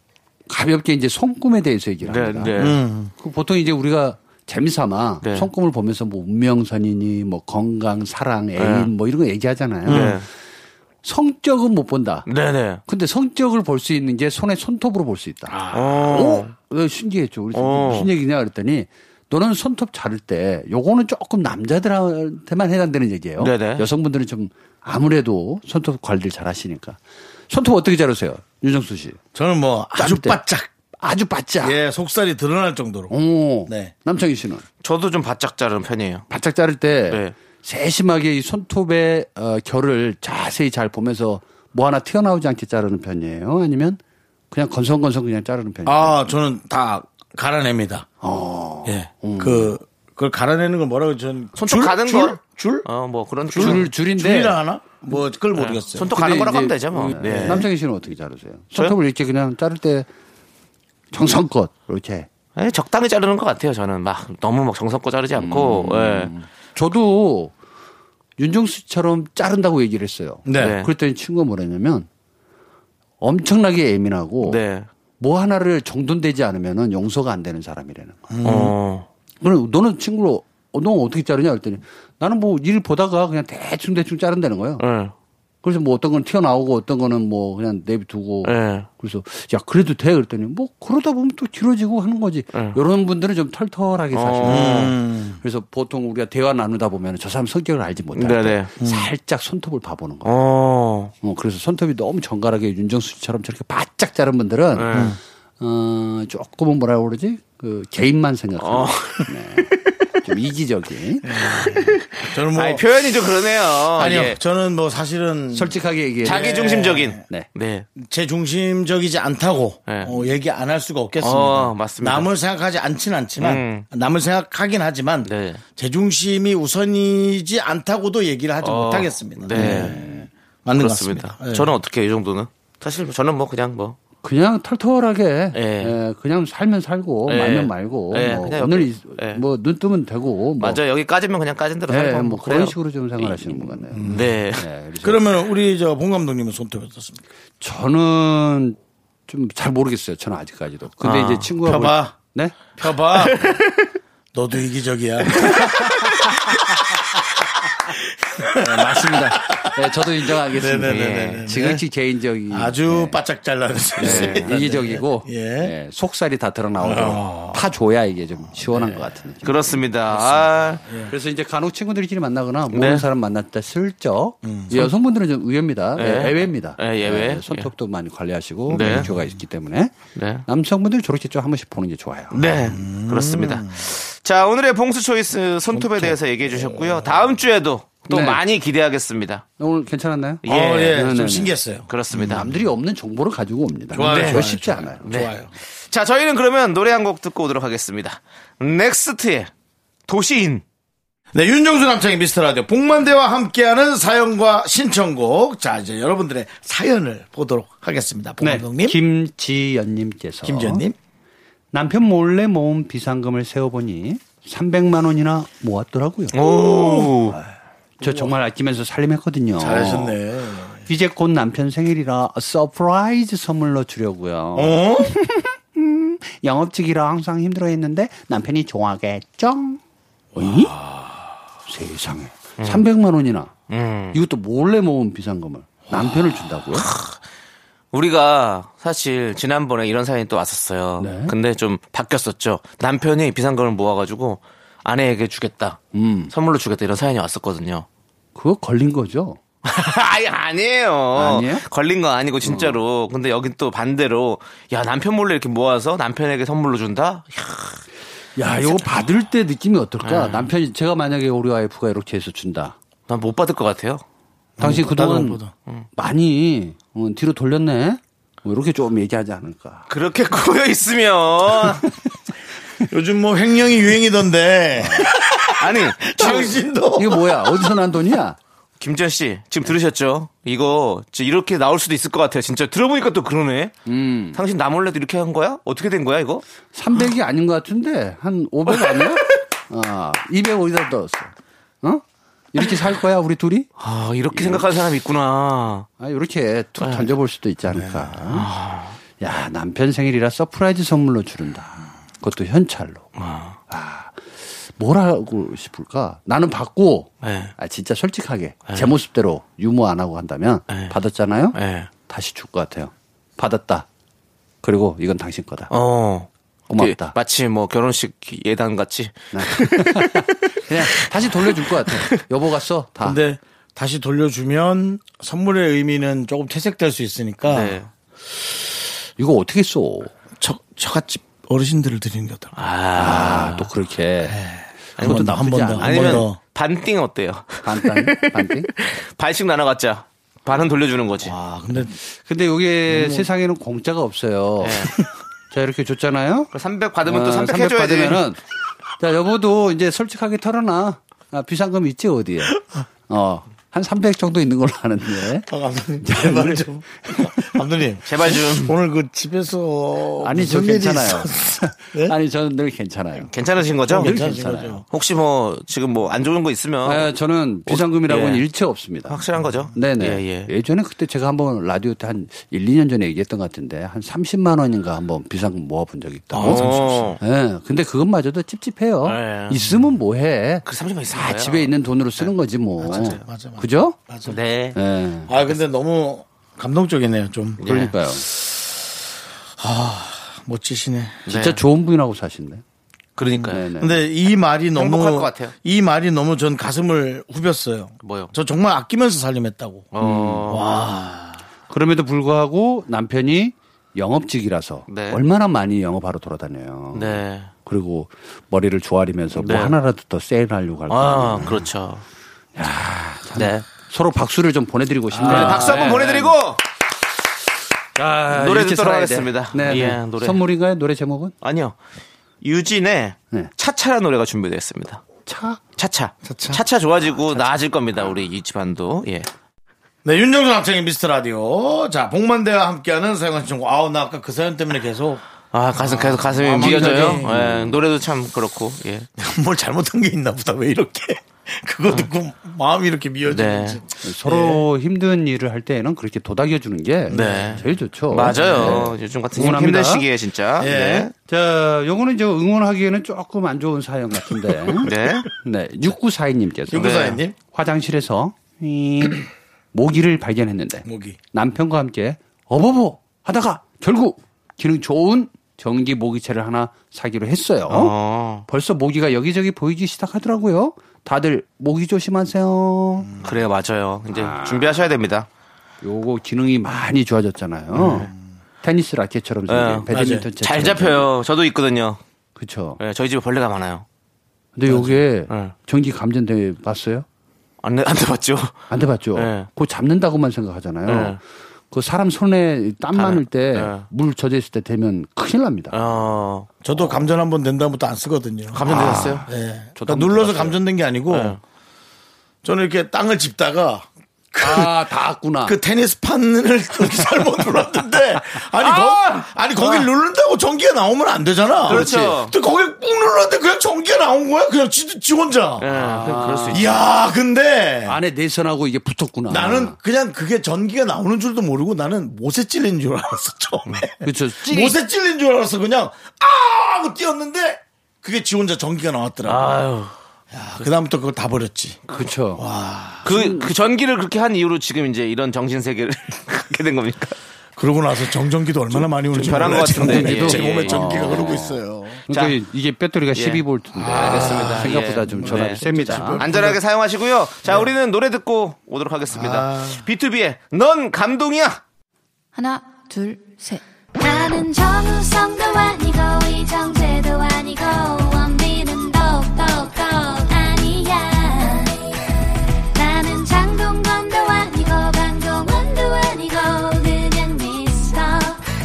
Speaker 5: 가볍게 이제 손금에 대해서 얘기를
Speaker 2: 네.
Speaker 5: 합니다.
Speaker 2: 네.
Speaker 5: 그 보통 이제 우리가 재미삼아
Speaker 2: 네.
Speaker 5: 손금을 보면서 뭐 운명선이니 뭐 건강, 사랑, 애인
Speaker 2: 네.
Speaker 5: 뭐 이런 거 얘기하잖아요.
Speaker 2: 네.
Speaker 5: 성격은 못 본다.
Speaker 2: 네네.
Speaker 5: 근데 성격을 볼 수 있는 게 손의 손톱으로 볼 수 있다.
Speaker 2: 어.
Speaker 5: 어, 신기했죠. 우리
Speaker 2: 어.
Speaker 5: 무슨 얘기냐 그랬더니 너는 손톱 자를 때 요거는 조금 남자들한테만 해당되는 얘기예요.
Speaker 2: 네네.
Speaker 5: 여성분들은 좀 아무래도 손톱 관리를 잘 하시니까. 손톱 어떻게 자르세요? 윤정수 씨.
Speaker 1: 저는 뭐 아주
Speaker 5: 자를 때.
Speaker 1: 바짝.
Speaker 5: 아주 바짝.
Speaker 1: 예, 속살이 드러날 정도로.
Speaker 5: 오.
Speaker 1: 네.
Speaker 5: 남창희 씨는
Speaker 2: 저도 좀 바짝 자른 편이에요.
Speaker 5: 바짝 자를 때
Speaker 2: 네.
Speaker 5: 세심하게 이 손톱의 어, 결을 자세히 잘 보면서 뭐 하나 튀어나오지 않게 자르는 편이에요? 아니면 그냥 건성건성 그냥 자르는 편이에요?
Speaker 1: 아, 저는 다 갈아냅니다. 예. 그, 그걸 갈아내는 걸 뭐라고 전.
Speaker 2: 어. 손톱 가는
Speaker 1: 줄?
Speaker 2: 걸?
Speaker 1: 줄?
Speaker 2: 어, 뭐 그런
Speaker 5: 줄, 줄인데
Speaker 1: 줄이라 하나? 뭐, 그걸 모르겠어요.
Speaker 2: 네. 손톱 가는
Speaker 5: 근데
Speaker 2: 거라고 하면
Speaker 5: 이제
Speaker 2: 되죠, 뭐.
Speaker 5: 그
Speaker 2: 네.
Speaker 5: 남창희 씨는 어떻게 자르세요? 손톱을 이렇게 그냥 자를 때 정성껏 이렇게.
Speaker 2: 예, 적당히 자르는 것 같아요. 저는 막 너무 막 정성껏 자르지 않고. 예.
Speaker 5: 저도 윤정수 씨처럼 자른다고 얘기를 했어요.
Speaker 1: 네.
Speaker 2: 네.
Speaker 5: 그랬더니 친구가 뭐랬냐면 엄청나게 예민하고
Speaker 2: 네.
Speaker 5: 뭐 하나를 정돈되지 않으면 용서가 안 되는 사람이라는 거예요.
Speaker 2: 어.
Speaker 5: 그럼 너는 친구로 어, 너 어떻게 자르냐 그랬더니 나는 뭐 일 보다가 그냥 대충 대충 자른다는 거예요.
Speaker 2: 예.
Speaker 5: 그래서 뭐 어떤 건 튀어나오고 어떤 거는 뭐 그냥 내비두고
Speaker 2: 예.
Speaker 5: 그래서 야 그래도 돼 그랬더니 뭐 그러다 보면 또 길어지고 하는 거지
Speaker 2: 예.
Speaker 5: 이런 분들은 좀 털털하게 사시는
Speaker 2: 어.
Speaker 5: 거예요. 그래서 보통 우리가 대화 나누다 보면 저 사람 성격을 알지 못하는데
Speaker 2: 네네. 음.
Speaker 5: 살짝 손톱을 봐보는 거예요
Speaker 2: 어.
Speaker 5: 어, 그래서 손톱이 너무 정갈하게 윤정수 씨처럼 저렇게 바짝 자른 분들은
Speaker 2: 네.
Speaker 5: 어, 조금은 뭐라고 그러지 그 개인만 생각하는
Speaker 2: 어.
Speaker 5: 네. 좀 이기적인
Speaker 2: 네.
Speaker 1: 저는 뭐.
Speaker 2: 아니, 표현이 좀 그러네요.
Speaker 1: 아니요.
Speaker 2: 예.
Speaker 1: 저는 뭐 사실은.
Speaker 5: 솔직하게 얘기해
Speaker 2: 자기 중심적인.
Speaker 5: 네.
Speaker 2: 네.
Speaker 1: 제 중심적이지 않다고
Speaker 2: 네.
Speaker 1: 어, 얘기 안 할 수가 없겠습니다.
Speaker 2: 어, 맞습니다.
Speaker 1: 남을 생각하지 않진 않지만
Speaker 2: 음.
Speaker 1: 남을 생각하긴 하지만
Speaker 2: 네.
Speaker 1: 제 중심이 우선이지 않다고도 얘기를 하지
Speaker 2: 어,
Speaker 1: 못하겠습니다.
Speaker 2: 네.
Speaker 1: 맞는
Speaker 2: 그렇습니다.
Speaker 1: 것 같습니다. 예.
Speaker 2: 저는 어떻게 해요, 이 정도는? 사실 저는 뭐 그냥 뭐
Speaker 5: 그냥 털털하게
Speaker 2: 예.
Speaker 5: 예, 그냥 살면 살고
Speaker 2: 예.
Speaker 5: 말면 말고
Speaker 2: 예,
Speaker 5: 뭐
Speaker 2: 그냥
Speaker 5: 오늘
Speaker 2: 옆에-
Speaker 5: 이-
Speaker 2: 예.
Speaker 5: 뭐 눈뜨면 되고 뭐,
Speaker 2: 맞아 요 여기 까지면 그냥 까진 대로
Speaker 5: 예,
Speaker 2: 살고
Speaker 5: 뭐 그런
Speaker 2: 그래요.
Speaker 5: 식으로 좀 생활하시는 것 같네요.
Speaker 2: 네.
Speaker 5: 예, 그래서
Speaker 1: 그러면 우리 저 봉 감독님은 손톱이 어떻습니까?
Speaker 5: 저는 좀 잘 모르겠어요. 저는 아직까지도. 근데
Speaker 2: 아,
Speaker 5: 이제 친구가 볼-
Speaker 1: 펴봐,
Speaker 5: 네?
Speaker 1: 펴봐. 너도 이기적이야.
Speaker 5: 네, 맞습니다. 네, 저도 인정하겠습니다.
Speaker 1: 네네네네.
Speaker 5: 예, 지극히 개인적인
Speaker 2: 네.
Speaker 1: 아주 바짝 잘라는
Speaker 5: 예,
Speaker 1: 센스.
Speaker 5: 이기적이고
Speaker 1: 예. 아.
Speaker 5: 예, 속살이 다 드러나오고 파줘야 이게 좀 시원한
Speaker 1: 네.
Speaker 5: 것 같은 느낌.
Speaker 2: 그렇습니다. 아,
Speaker 5: 그래서 이제 간혹 친구들끼리 만나거나 모르는
Speaker 2: 네.
Speaker 5: 사람 만날 때 슬쩍
Speaker 1: 음.
Speaker 5: 이 여성분들은 좀 의외입니다.
Speaker 1: 네.
Speaker 2: 예.
Speaker 5: 예, 예외입니다.
Speaker 2: 예, 예외.
Speaker 5: 손톱도 많이 관리하시고
Speaker 2: 네.
Speaker 5: 매니큐어가 있기 때문에
Speaker 2: 네.
Speaker 5: 남성분들 저렇게 좀 한 번씩 보는 게 좋아요.
Speaker 2: 네. 그렇습니다. 자, 오늘의 봉수 초이스 예. 손톱에 대해서 얘기해 주셨고요. 다음 주에도 또
Speaker 5: 네.
Speaker 2: 많이 기대하겠습니다.
Speaker 5: 오늘 괜찮았나요? 아,
Speaker 1: 어, 예, 좀
Speaker 5: 네네네.
Speaker 1: 신기했어요.
Speaker 2: 그렇습니다.
Speaker 5: 남들이 없는 정보를 가지고 옵니다.
Speaker 1: 좋아요,
Speaker 5: 네.
Speaker 1: 좋아요,
Speaker 5: 쉽지
Speaker 1: 좋아요.
Speaker 5: 않아요.
Speaker 2: 네.
Speaker 1: 좋아요.
Speaker 2: 자, 저희는 그러면 노래 한 곡 듣고 오도록 하겠습니다. 넥스트의 도시인.
Speaker 1: 네, 윤정수 남창의 미스터 라디오 복만대와 함께하는 사연과 신청곡. 자, 이제 여러분들의 사연을 보도록
Speaker 5: 네.
Speaker 1: 하겠습니다. 복감독님,
Speaker 5: 김지연님께서
Speaker 1: 김지현님.
Speaker 5: 어. 남편 몰래 모은 비상금을 세어보니 300만 원이나 모았더라고요. 아,
Speaker 2: 오.
Speaker 5: 저 정말 아끼면서 살림했거든요.
Speaker 1: 잘하셨네.
Speaker 5: 이제 곧 남편 생일이라 서프라이즈 선물로 주려고요.
Speaker 1: 어?
Speaker 5: 영업직이라 항상 힘들어했는데 남편이 좋아하겠죠? 어이? 세상에.
Speaker 1: 음.
Speaker 5: 300만 원이나 이것도 몰래 모은 비상금을 남편을 준다고요?
Speaker 2: 우리가 사실 지난번에 이런 사연이 또 왔었어요.
Speaker 5: 네.
Speaker 2: 근데 좀 바뀌었었죠. 남편이 비상금을 모아가지고 아내에게 주겠다. 선물로 주겠다 이런 사연이 왔었거든요.
Speaker 5: 그거 걸린 거죠?
Speaker 2: 아니 아니에요.
Speaker 5: 아니에요?
Speaker 2: 걸린 거 아니고 진짜로. 근데 여긴 또 반대로 야 남편 몰래 이렇게 모아서 남편에게 선물로 준다. 야,
Speaker 5: 야, 이거 받을 때 느낌이 어떨까? 남편이 제가 만약에 우리 와이프가 이렇게 해서 준다.
Speaker 2: 난못 받을 것 같아요.
Speaker 5: 당신 그동안 많이 어, 뒤로 돌렸네. 뭐 이렇게 좀 얘기하지 않을까?
Speaker 2: 그렇게 꼬여 있으면
Speaker 1: 요즘 뭐 횡령이 유행이던데.
Speaker 2: 아니
Speaker 1: 당신도.
Speaker 5: 이게 뭐야? 어디서 난 돈이야?
Speaker 2: 김전 씨 지금 들으셨죠? 이거 진짜 이렇게 나올 수도 있을 것 같아요. 진짜 들어보니까 또 그러네. 당신 나 몰래도 이렇게 한 거야? 어떻게 된 거야 이거?
Speaker 5: 300이 아닌 것 같은데 한 500 아니야? 아, 200 어디다 넣었어? 어? 이렇게 살 거야 우리 둘이?
Speaker 2: 아 이렇게 생각하는 사람이 있구나.
Speaker 5: 아, 이렇게 툭 던져볼 수도 있지 않을까? 야, 남편 생일이라 서프라이즈 선물로 주른다. 그것도 현찰로. 아, 뭘 하고 싶을까? 나는 받고,
Speaker 2: 네.
Speaker 5: 아, 진짜 솔직하게 제 모습대로 유머 안 하고 한다면
Speaker 2: 네.
Speaker 5: 받았잖아요?
Speaker 2: 네.
Speaker 5: 다시 줄 것 같아요. 받았다. 그리고 이건 당신 거다.
Speaker 2: 어.
Speaker 5: 고맙다.
Speaker 2: 마치 뭐 결혼식 예단 같이.
Speaker 5: 그냥 다시 돌려줄 것 같아. 여보 갔어? 다.
Speaker 1: 근데 다시 돌려주면 선물의 의미는 조금 퇴색될 수 있으니까
Speaker 2: 네.
Speaker 5: 이거 어떻게 써?
Speaker 1: 저, 저같이 어르신들을 드리는 게 어떨까?
Speaker 5: 아, 또 그렇게.
Speaker 1: 한번 더, 한번 더, 한 번
Speaker 2: 아니면
Speaker 1: 더.
Speaker 2: 반띵 어때요?
Speaker 5: 반땅, 반띵?
Speaker 2: 반씩 나눠 갖자. 반은 돌려주는 거지.
Speaker 1: 아, 근데
Speaker 5: 근데 이게 세상에는 공짜가 없어요. 자, 이렇게 줬잖아요.
Speaker 2: 300 네. 받으면
Speaker 5: 아,
Speaker 2: 또 300,
Speaker 5: 300
Speaker 2: 해줘야 돼.
Speaker 5: 받으면은 자, 여보도 이제 솔직하게 털어놔. 아, 비상금 있지, 어디에? 어. 한 300 정도 있는 걸로 아는데.
Speaker 1: 아, 감독님 제발 좀 감독님
Speaker 2: 제발 좀.
Speaker 1: 오늘 그
Speaker 2: 어,
Speaker 1: 집에서
Speaker 5: 아니, 저
Speaker 1: 무슨 일이
Speaker 5: 괜찮아요.
Speaker 1: 있었어? 네?
Speaker 5: 아니, 저는 늘 괜찮아요.
Speaker 2: 괜찮으신 거죠?
Speaker 1: 어, 괜찮으신
Speaker 5: 괜찮아요.
Speaker 1: 거죠?
Speaker 2: 혹시 뭐 지금 뭐 안 좋은 거 있으면
Speaker 5: 아, 저는 비상금이라고는
Speaker 2: 예.
Speaker 5: 일체 없습니다.
Speaker 2: 확실한 거죠?
Speaker 5: 네네.
Speaker 2: 예, 예.
Speaker 5: 예. 전에 그때 제가 한번 라디오 때 한 1, 2년 전에 얘기했던 것 같은데 한 30만 원인가 한번 비상금 모아본 적이 있다고.
Speaker 2: 어.
Speaker 5: 예. 근데 그것마저도 찝찝해요.
Speaker 2: 예.
Speaker 5: 있으면 뭐해.
Speaker 2: 그 30만 있어요.
Speaker 5: 다 집에 있는 돈으로 쓰는 거지 뭐. 맞아요.
Speaker 1: 맞아, 맞아.
Speaker 5: 그죠?
Speaker 2: 네.
Speaker 5: 예.
Speaker 1: 아 근데 너무 감동적이네요 좀
Speaker 5: 그러니까요.
Speaker 1: 멋지시네 음.
Speaker 5: 진짜 좋은 분이라고 사신데.
Speaker 2: 그러니까요.
Speaker 5: 네네.
Speaker 1: 근데 이 말이 너무
Speaker 2: 행복할 것 같아요.
Speaker 1: 이 말이 너무 전 가슴을 후볐어요
Speaker 2: 뭐요?
Speaker 1: 저 정말 아끼면서 살림했다고
Speaker 2: 어.
Speaker 5: 그럼에도 불구하고 남편이 영업직이라서
Speaker 2: 네.
Speaker 5: 얼마나 많이 영업하러 돌아다녀요.
Speaker 2: 네.
Speaker 5: 그리고 머리를 조아리면서
Speaker 2: 네.
Speaker 5: 뭐 하나라도 더 세일하려고 할 거예요.
Speaker 2: 아, 그렇죠. 네.
Speaker 5: 서로 박수를 좀 보내드리고 싶네요.
Speaker 2: 네, 박수 한번
Speaker 5: 네.
Speaker 2: 보내드리고
Speaker 5: 아,
Speaker 2: 노래
Speaker 5: 이렇게
Speaker 2: 듣도록
Speaker 5: 살아야 돼.
Speaker 2: 하겠습니다.
Speaker 5: 네,
Speaker 2: 예,
Speaker 5: 네.
Speaker 2: 노래.
Speaker 5: 선물인가요? 노래 제목은?
Speaker 2: 아니요 유진의
Speaker 5: 네.
Speaker 2: 차차라 노래가 준비되어 있습니다.
Speaker 5: 차.
Speaker 2: 차차. 차차. 좋아지고 나아질 겁니다. 우리 이 집안도. 예.
Speaker 1: 네, 윤정수 남창의 미스터 라디오. 자, 복만대와 함께하는 사용한 신청곡. 아우, 나 아까 그 사연 때문에 계속
Speaker 2: 아 가슴 계속 가슴이
Speaker 1: 아,
Speaker 2: 움직여져요.
Speaker 5: 음.
Speaker 1: 막 이러네.
Speaker 2: 예, 노래도 참 그렇고. 예.
Speaker 1: 뭘 잘못한 게 있나 보다. 왜 이렇게. 그거 듣고 마음이 이렇게 미어지는지.
Speaker 2: 네.
Speaker 5: 서로 힘든 일을 할 때에는 그렇게 도닥여 주는 게
Speaker 2: 네.
Speaker 5: 제일 좋죠. 네.
Speaker 2: 맞아요. 요즘 같은
Speaker 5: 응원합니다.
Speaker 2: 힘든 시기에 진짜.
Speaker 1: 예.
Speaker 2: 네.
Speaker 5: 자, 요거는 이제 응원하기에는 조금 안 좋은 사연 같은데.
Speaker 2: 네.
Speaker 5: 네. 6942님께서 네.
Speaker 1: 유구사님
Speaker 5: 화장실에서 이 모기를 발견했는데
Speaker 1: 모기.
Speaker 5: 남편과 함께 어버버 하다가 결국 기능 좋은 전기 모기채를 하나 사기로 했어요.
Speaker 2: 어.
Speaker 5: 벌써 모기가 여기저기 보이기 시작하더라고요. 다들 모기 조심하세요.
Speaker 2: 그래요, 맞아요. 이제 준비하셔야 됩니다.
Speaker 5: 요거 기능이 많이 좋아졌잖아요. 테니스 라켓처럼
Speaker 2: 예,
Speaker 5: 생긴 배드민턴 채.
Speaker 2: 잘 잡혀요. 저도 있거든요.
Speaker 5: 그렇죠.
Speaker 2: 예, 저희 집에 벌레가 많아요.
Speaker 5: 근데 요게
Speaker 2: 예.
Speaker 5: 전기 감전대 봤어요?
Speaker 2: 안, 돼- 안 돼봤죠?
Speaker 5: 안 돼봤죠.
Speaker 2: 예.
Speaker 5: 그거 잡는다고만 생각하잖아요.
Speaker 2: 예.
Speaker 5: 그 사람 손에 땀 많을 때
Speaker 2: 예.
Speaker 5: 물 젖어 있을 때 되면 큰일 납니다.
Speaker 2: 어,
Speaker 1: 저도 감전 한 번 된 다음부터 안 쓰거든요.
Speaker 2: 감전되셨어요?
Speaker 1: 네.
Speaker 2: 저도
Speaker 1: 그러니까
Speaker 2: 한번
Speaker 1: 눌러서
Speaker 2: 해봤어요.
Speaker 1: 감전된 게 아니고
Speaker 2: 네.
Speaker 1: 저는 이렇게 땅을 짚다가
Speaker 5: 아, 닿았구나.
Speaker 1: 그 테니스 판을 또 잘못 눌렀는데 아니
Speaker 2: 아! 그렇죠.
Speaker 1: 거, 아니 거길 누른다고 전기가 나오면 안 되잖아.
Speaker 2: 그렇지.
Speaker 1: 근데 거길 꾹 눌렀는데 그냥 전기가 나온 거야. 그냥 지, 지 혼자.
Speaker 2: 예, 그럴 수 있죠. 아.
Speaker 1: 이야 근데
Speaker 5: 안에 내선하고 이게 붙었구나.
Speaker 1: 나는 그냥 그게 전기가 나오는 줄도 모르고 나는 못에 찔린 줄 알았어 처음에.
Speaker 5: 그렇죠.
Speaker 1: 못에 찔린 줄 알았어 그냥 아 하고 뛰었는데 그게 지 혼자 전기가 나왔더라. 고
Speaker 2: 아유.
Speaker 1: 그 다음부터 그걸 다 버렸지.
Speaker 5: 그렇죠.
Speaker 2: 그, 그 전기를 그렇게 한 이후로 지금 이제 이런 정신세계를 갖게 된 겁니까?
Speaker 1: 그러고 나서 정전기도 얼마나 많이 오는지
Speaker 2: 변한
Speaker 1: 몰라요.
Speaker 2: 것 같은데.
Speaker 1: 제 몸에,
Speaker 2: 예,
Speaker 1: 제
Speaker 2: 예,
Speaker 1: 몸에
Speaker 2: 예.
Speaker 1: 전기가 흐르고 있어요.
Speaker 5: 그러니까 이게 배터리가 12볼트인데
Speaker 2: 알겠습니다.
Speaker 5: 생각보다
Speaker 2: 예.
Speaker 5: 좀 전압이
Speaker 2: 네.
Speaker 5: 셉니다.
Speaker 2: 안전하게 사용하시고요. 자, 우리는 노래 듣고 오도록 하겠습니다. B2B의 넌 감동이야!
Speaker 3: 하나, 둘, 셋.
Speaker 6: 나는 정우성도 아니고 이정재도 아니고 원빈은 더욱더 아니야 나는 장동건도 아니고 강동원도 아니고 그냥 미스터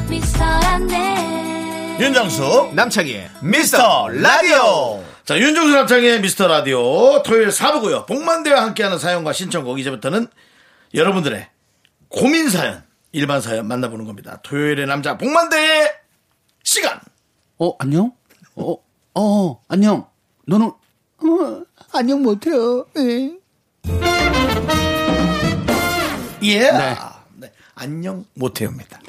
Speaker 6: 미스터란데
Speaker 1: 윤정수
Speaker 2: 남창희의
Speaker 1: 미스터 라디오 자 윤정수 남창의 미스터 라디오 토요일 4부고요 복만대와 함께하는 사연과 신청곡 이제부터는 여러분들의 고민 사연 일반 사연 만나보는 겁니다 토요일의 남자 복만대의 시간
Speaker 5: 어, 안녕? 어, 어, 안녕. 너는, 어, 안녕 못해요. 예.
Speaker 1: 예 네, 안녕 못해요입니다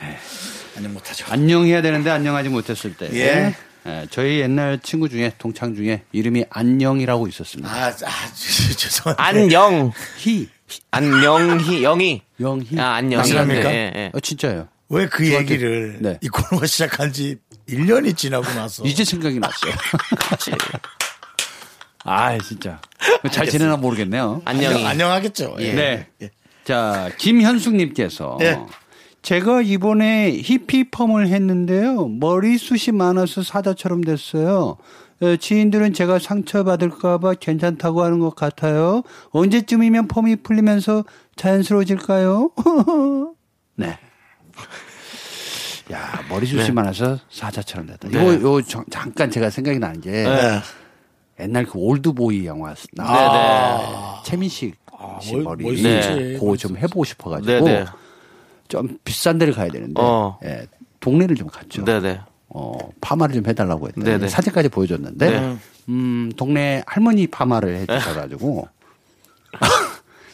Speaker 1: 안녕 못하죠
Speaker 5: 안녕해야 되는데 안녕하지 못했을 때.
Speaker 1: 예.
Speaker 5: 예, 저희 옛날 친구 중에, 동창 중에 이름이 안녕이라고 있었습니다.
Speaker 1: 아, 아 죄- 죄송한데
Speaker 2: 안녕.
Speaker 5: 희,
Speaker 2: 안녕희, 영희.
Speaker 5: 영희.
Speaker 2: 아, 안녕.
Speaker 1: 남자입니까?
Speaker 2: 예, 예.
Speaker 5: 어, 진짜요.
Speaker 1: 왜 그 얘기를
Speaker 5: 네.
Speaker 1: 이 코너가 시작한 지 1년이 지나고 나서
Speaker 5: 이제 생각이 났어요. 아, 진짜. 잘 지내나 모르겠네요.
Speaker 2: 안녕이.
Speaker 1: 안녕, 하겠죠
Speaker 5: 네. 자, 김현숙님께서.
Speaker 1: 예.
Speaker 5: 제가 이번에 히피펌을 했는데요. 머리숱이 많아서 사자처럼 됐어요. 에, 지인들은 제가 상처받을까봐 괜찮다고 하는 것 같아요. 언제쯤이면 펌이 풀리면서 자연스러워질까요? 네. 야, 머리숱이
Speaker 2: 네.
Speaker 5: 많아서 사자처럼 됐다. 이거, 요, 저- 잠깐 제가 생각이 나는 게.
Speaker 2: 네.
Speaker 5: 옛날 그 올드보이 영화
Speaker 2: 아,
Speaker 5: 나와 최민식 씨
Speaker 1: 뭐-
Speaker 5: 머리
Speaker 1: 멋있지.
Speaker 2: 네.
Speaker 5: 그거 좀 해보고 싶어가지고
Speaker 2: 네네.
Speaker 5: 좀 비싼 데를 가야 되는데
Speaker 2: 어.
Speaker 5: 예, 동네를 좀 갔죠.
Speaker 2: 네네.
Speaker 5: 어, 파마를 좀 해달라고 했더니
Speaker 2: 네네.
Speaker 5: 사진까지 보여줬는데
Speaker 2: 네.
Speaker 5: 음, 동네 할머니 파마를 해주셔가지고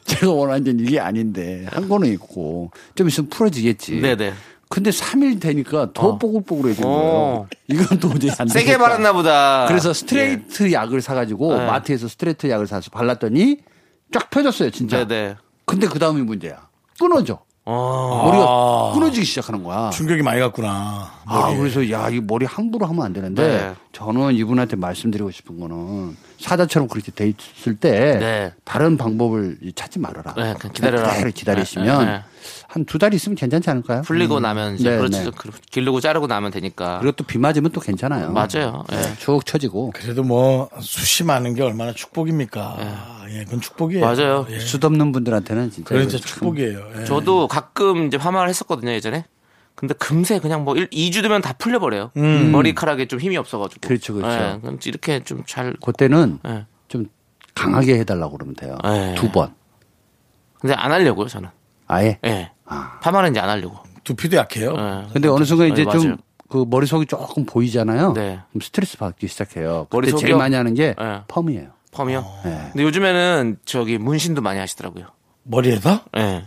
Speaker 5: 제가 원하는 데는 이게 아닌데 한 거는 있고 좀 있으면 풀어지겠지.
Speaker 2: 네네.
Speaker 5: 근데 3일 되니까 더 뽀글뽀글해진 거예요.
Speaker 2: 어.
Speaker 5: 이건 도저히 안
Speaker 2: 세게 예.
Speaker 5: 되겠다.
Speaker 2: 바랐나 보다.
Speaker 5: 그래서 스트레이트 약을 사가지고
Speaker 2: 네.
Speaker 5: 마트에서 스트레이트 약을 사서 발랐더니 쫙 펴졌어요 진짜.
Speaker 2: 네네.
Speaker 5: 근데 그 다음이 문제야. 끊어져.
Speaker 2: 어.
Speaker 5: 머리가 끊어지기 시작하는 거야.
Speaker 1: 충격이 많이 갔구나.
Speaker 5: 아 그래서 야 이 머리 함부로 하면 안 되는데
Speaker 2: 네.
Speaker 5: 저는 이분한테 말씀드리고 싶은 거는 사자처럼 그렇게 돼 있을 때
Speaker 2: 네.
Speaker 5: 다른 방법을 찾지 말아라.
Speaker 2: 네, 그냥 기다려라.
Speaker 5: 그대로 기다리시면
Speaker 2: 네, 네, 네.
Speaker 5: 한 두 달 있으면 괜찮지 않을까요?
Speaker 2: 풀리고
Speaker 5: 음.
Speaker 2: 나면 이제
Speaker 5: 네,
Speaker 2: 그렇지.
Speaker 5: 네.
Speaker 2: 그- 기르고 자르고 나면 되니까.
Speaker 5: 그리고 또 비 맞으면 또 괜찮아요.
Speaker 2: 맞아요. 예.
Speaker 5: 네, 쭉 쳐지고
Speaker 1: 그래도 뭐 숱이 많은 게 얼마나 축복입니까? 예, 그건 축복이에요.
Speaker 2: 네. 맞아요. 네,
Speaker 1: 예.
Speaker 5: 숱 없는 분들한테는 진짜
Speaker 1: 그건 진짜
Speaker 5: 이거 참-
Speaker 1: 축복이에요. 예.
Speaker 2: 저도 가끔 이제 파마를 했었거든요, 예전에. 근데 금세 그냥 뭐 1, 2주 되면 다 풀려버려요. 머리카락에 좀 힘이 없어가지고.
Speaker 5: 음. 그렇죠, 그렇죠.
Speaker 2: 예, 그럼 이렇게 좀 잘.
Speaker 5: 그때는
Speaker 2: 예.
Speaker 5: 좀 강하게 해달라고 그러면 돼요.
Speaker 2: 네.
Speaker 5: 두 번.
Speaker 2: 근데 안 하려고요, 저는.
Speaker 5: 아예.
Speaker 2: 예.
Speaker 5: 아.
Speaker 2: 파마는 이제 안 하려고.
Speaker 1: 두피도 약해요.
Speaker 2: 예.
Speaker 5: 근데 어느 순간 이제
Speaker 2: 네, 맞아요.
Speaker 5: 좀 그 머릿속이 조금 보이잖아요.
Speaker 2: 네.
Speaker 5: 그럼 스트레스 받기 시작해요. 그때
Speaker 2: 머릿속이요?
Speaker 5: 제일 많이 하는 게
Speaker 2: 네.
Speaker 5: 펌이에요.
Speaker 2: 펌이요.
Speaker 5: 네.
Speaker 2: 근데 요즘에는 저기 문신도 많이 하시더라고요.
Speaker 1: 머리에다?
Speaker 2: 예.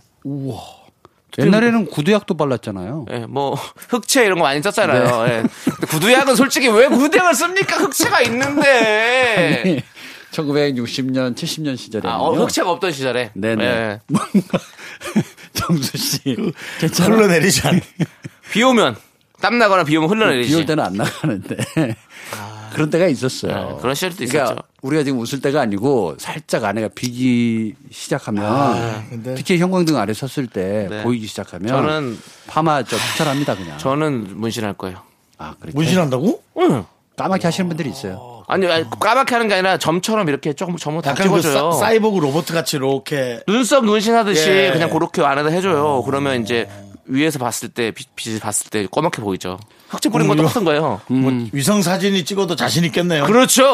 Speaker 5: 옛날에는 구두약도 발랐잖아요.
Speaker 2: 예, 뭐 흑채 이런 거 많이 썼잖아요.
Speaker 5: 네.
Speaker 2: 예. 근데 구두약은 솔직히 왜 구두약을 씁니까? 흑채가 있는데.
Speaker 5: 1960년, 70년 네. 시절에.
Speaker 2: 아, 어, 흑채가 없던 시절에.
Speaker 5: 네네.
Speaker 2: 예.
Speaker 5: 뭔가 정수 씨
Speaker 2: 그
Speaker 5: 괜찮아.
Speaker 1: 흘러내리지 않
Speaker 2: 네. 비 오면 땀 나거나 비 오면 흘러내리지.
Speaker 5: 비올 때는 안 나가는데 그런 때가 있었어요.
Speaker 2: 아. 네, 그런 시절도
Speaker 5: 그러니까
Speaker 2: 있었죠.
Speaker 5: 우리가 지금 웃을 때가 아니고 살짝 아내가 비기 시작하면 특히 형광등 아래 섰을 때
Speaker 2: 아, 네.
Speaker 5: 보이기 시작하면
Speaker 2: 저는
Speaker 5: 파마 저 추천합니다 그냥.
Speaker 2: 저는 문신할 거예요.
Speaker 5: 아 그렇게
Speaker 1: 문신한다고?
Speaker 2: 응.
Speaker 5: 까맣게 하시는 분들이 있어요.
Speaker 2: 아니 아니, 까맣게 하는 게 아니라 점처럼 이렇게 조금 점을 다
Speaker 1: 약간 그 사,
Speaker 2: 찍어줘요.
Speaker 1: 사이보그 로봇 같이 이렇게
Speaker 2: 눈썹 문신하듯이
Speaker 1: 예.
Speaker 2: 그냥 그렇게 안에다 해줘요. 그러면 이제 위에서 봤을 때 빛, 빛이 봤을 때 꼬맣게 보이죠. 흑채 뿌린 것도 똑같은 거예요.
Speaker 1: 뭐 위성 사진이 찍어도 자신 있겠네요.
Speaker 2: 음. 그렇죠.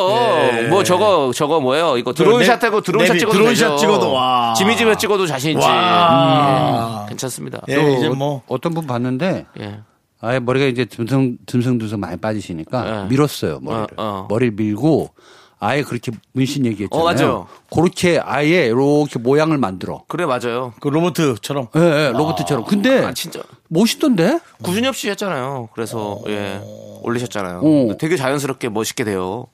Speaker 2: 뭐 저거 저거 뭐예요? 이거
Speaker 1: 예. 네,
Speaker 2: 드론샷하고 드론샷
Speaker 1: 네비,
Speaker 2: 찍어도
Speaker 1: 드론샷
Speaker 2: 되죠.
Speaker 1: 찍어도, 와.
Speaker 2: 지미집에 찍어도 자신 있지.
Speaker 1: 와.
Speaker 2: 예, 괜찮습니다.
Speaker 1: 예,
Speaker 5: 또
Speaker 1: 이제
Speaker 5: 어-
Speaker 1: 뭐
Speaker 5: 어떤 분 봤는데
Speaker 2: 예.
Speaker 5: 아예 머리가 이제 듬성 듬성듬성 많이 빠지시니까
Speaker 2: 네.
Speaker 5: 밀었어요 머리를
Speaker 2: 어, 어.
Speaker 5: 머리를 밀고 아예 그렇게 문신 얘기했잖아요.
Speaker 2: 어, 맞아요.
Speaker 5: 그렇게 아예 이렇게 모양을 만들어.
Speaker 2: 그래 맞아요.
Speaker 1: 그 로봇처럼
Speaker 5: 예, 예, 로봇처럼. 근데
Speaker 2: 아 진짜
Speaker 5: 멋있던데?
Speaker 2: 구준엽 씨 했잖아요. 그래서
Speaker 1: 어.
Speaker 2: 예 올리셨잖아요.
Speaker 5: 어.
Speaker 2: 되게 자연스럽게 멋있게 돼요.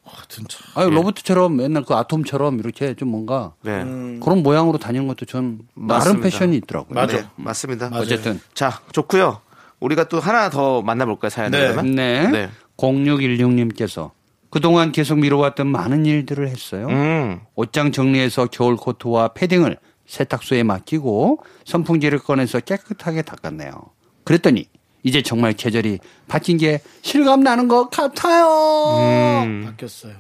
Speaker 5: 아유,
Speaker 2: 예.
Speaker 5: 로봇처럼 맨날 그 아톰처럼 이렇게 좀 뭔가
Speaker 2: 네
Speaker 5: 그런 모양으로 다니는 것도 전 나름
Speaker 2: 맞습니다.
Speaker 5: 패션이 있더라고요.
Speaker 1: 음, 맞아.
Speaker 2: 네, 맞습니다.
Speaker 5: 어쨌든.
Speaker 2: 자 좋고요. 우리가 또 하나 더 만나볼까요 사연을
Speaker 1: 네.
Speaker 2: 그러면?
Speaker 5: 네.
Speaker 2: 네.
Speaker 5: 0616님께서 그동안 계속 미뤄왔던 많은 일들을 했어요.
Speaker 2: 음
Speaker 5: 옷장 정리해서 겨울 코트와 패딩을 세탁소에 맡기고 선풍기를 꺼내서 깨끗하게 닦았네요. 그랬더니 이제 정말 계절이 바뀐 게 실감 나는 것 같아요.
Speaker 2: 음,
Speaker 1: 바뀌었어요.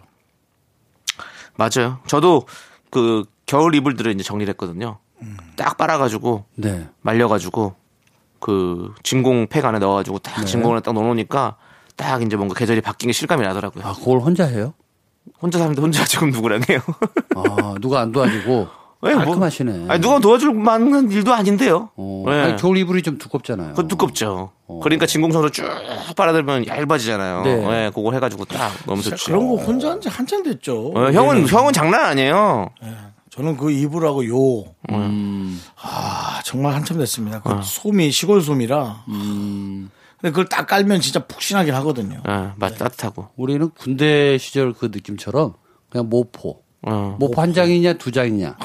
Speaker 2: 맞아요. 저도 그 겨울 이불들을 이제 정리를 했거든요.
Speaker 1: 음.
Speaker 2: 딱 빨아가지고
Speaker 5: 네.
Speaker 2: 말려가지고 그 진공 팩 안에 넣어가지고
Speaker 1: 네.
Speaker 2: 딱 진공을 딱 넣어놓으니까 딱 이제 뭔가 계절이 바뀐 게 실감이 나더라고요.
Speaker 5: 아, 그걸 혼자 해요?
Speaker 2: 혼자 사는데 혼자 지금 누구랑 해요?
Speaker 5: 아, 누가 안 도와주고
Speaker 2: 왜 뭐-
Speaker 5: 깔끔하시네.
Speaker 2: 아니 누가 도와줄 만한 일도 아닌데요.
Speaker 5: 어,
Speaker 2: 네.
Speaker 5: 아니, 겨울 이불이 좀 두껍잖아요.
Speaker 2: 그거 두껍죠. 그러니까 진공청소 쭉 빨아들면 얇아지잖아요.
Speaker 5: 어. 네.
Speaker 2: 네. 그거 해가지고 딱 너무 좋죠.
Speaker 1: 그런 거 혼자 한 지 한참 됐죠.
Speaker 2: 어, 형은 형은 장난 아니에요.
Speaker 1: 저는 그 이불하고 요. 아, 정말 한참 됐습니다.
Speaker 5: 아.
Speaker 1: 그 솜이 시골 솜이라.
Speaker 5: 음.
Speaker 1: 근데 그걸 딱 깔면 진짜 푹신하긴 하거든요.
Speaker 2: 예, 맛 따뜻하고.
Speaker 5: 우리는 군대 시절 그 느낌처럼 그냥 모포.
Speaker 2: 어.
Speaker 5: 모포 한 장이냐 두 장이냐.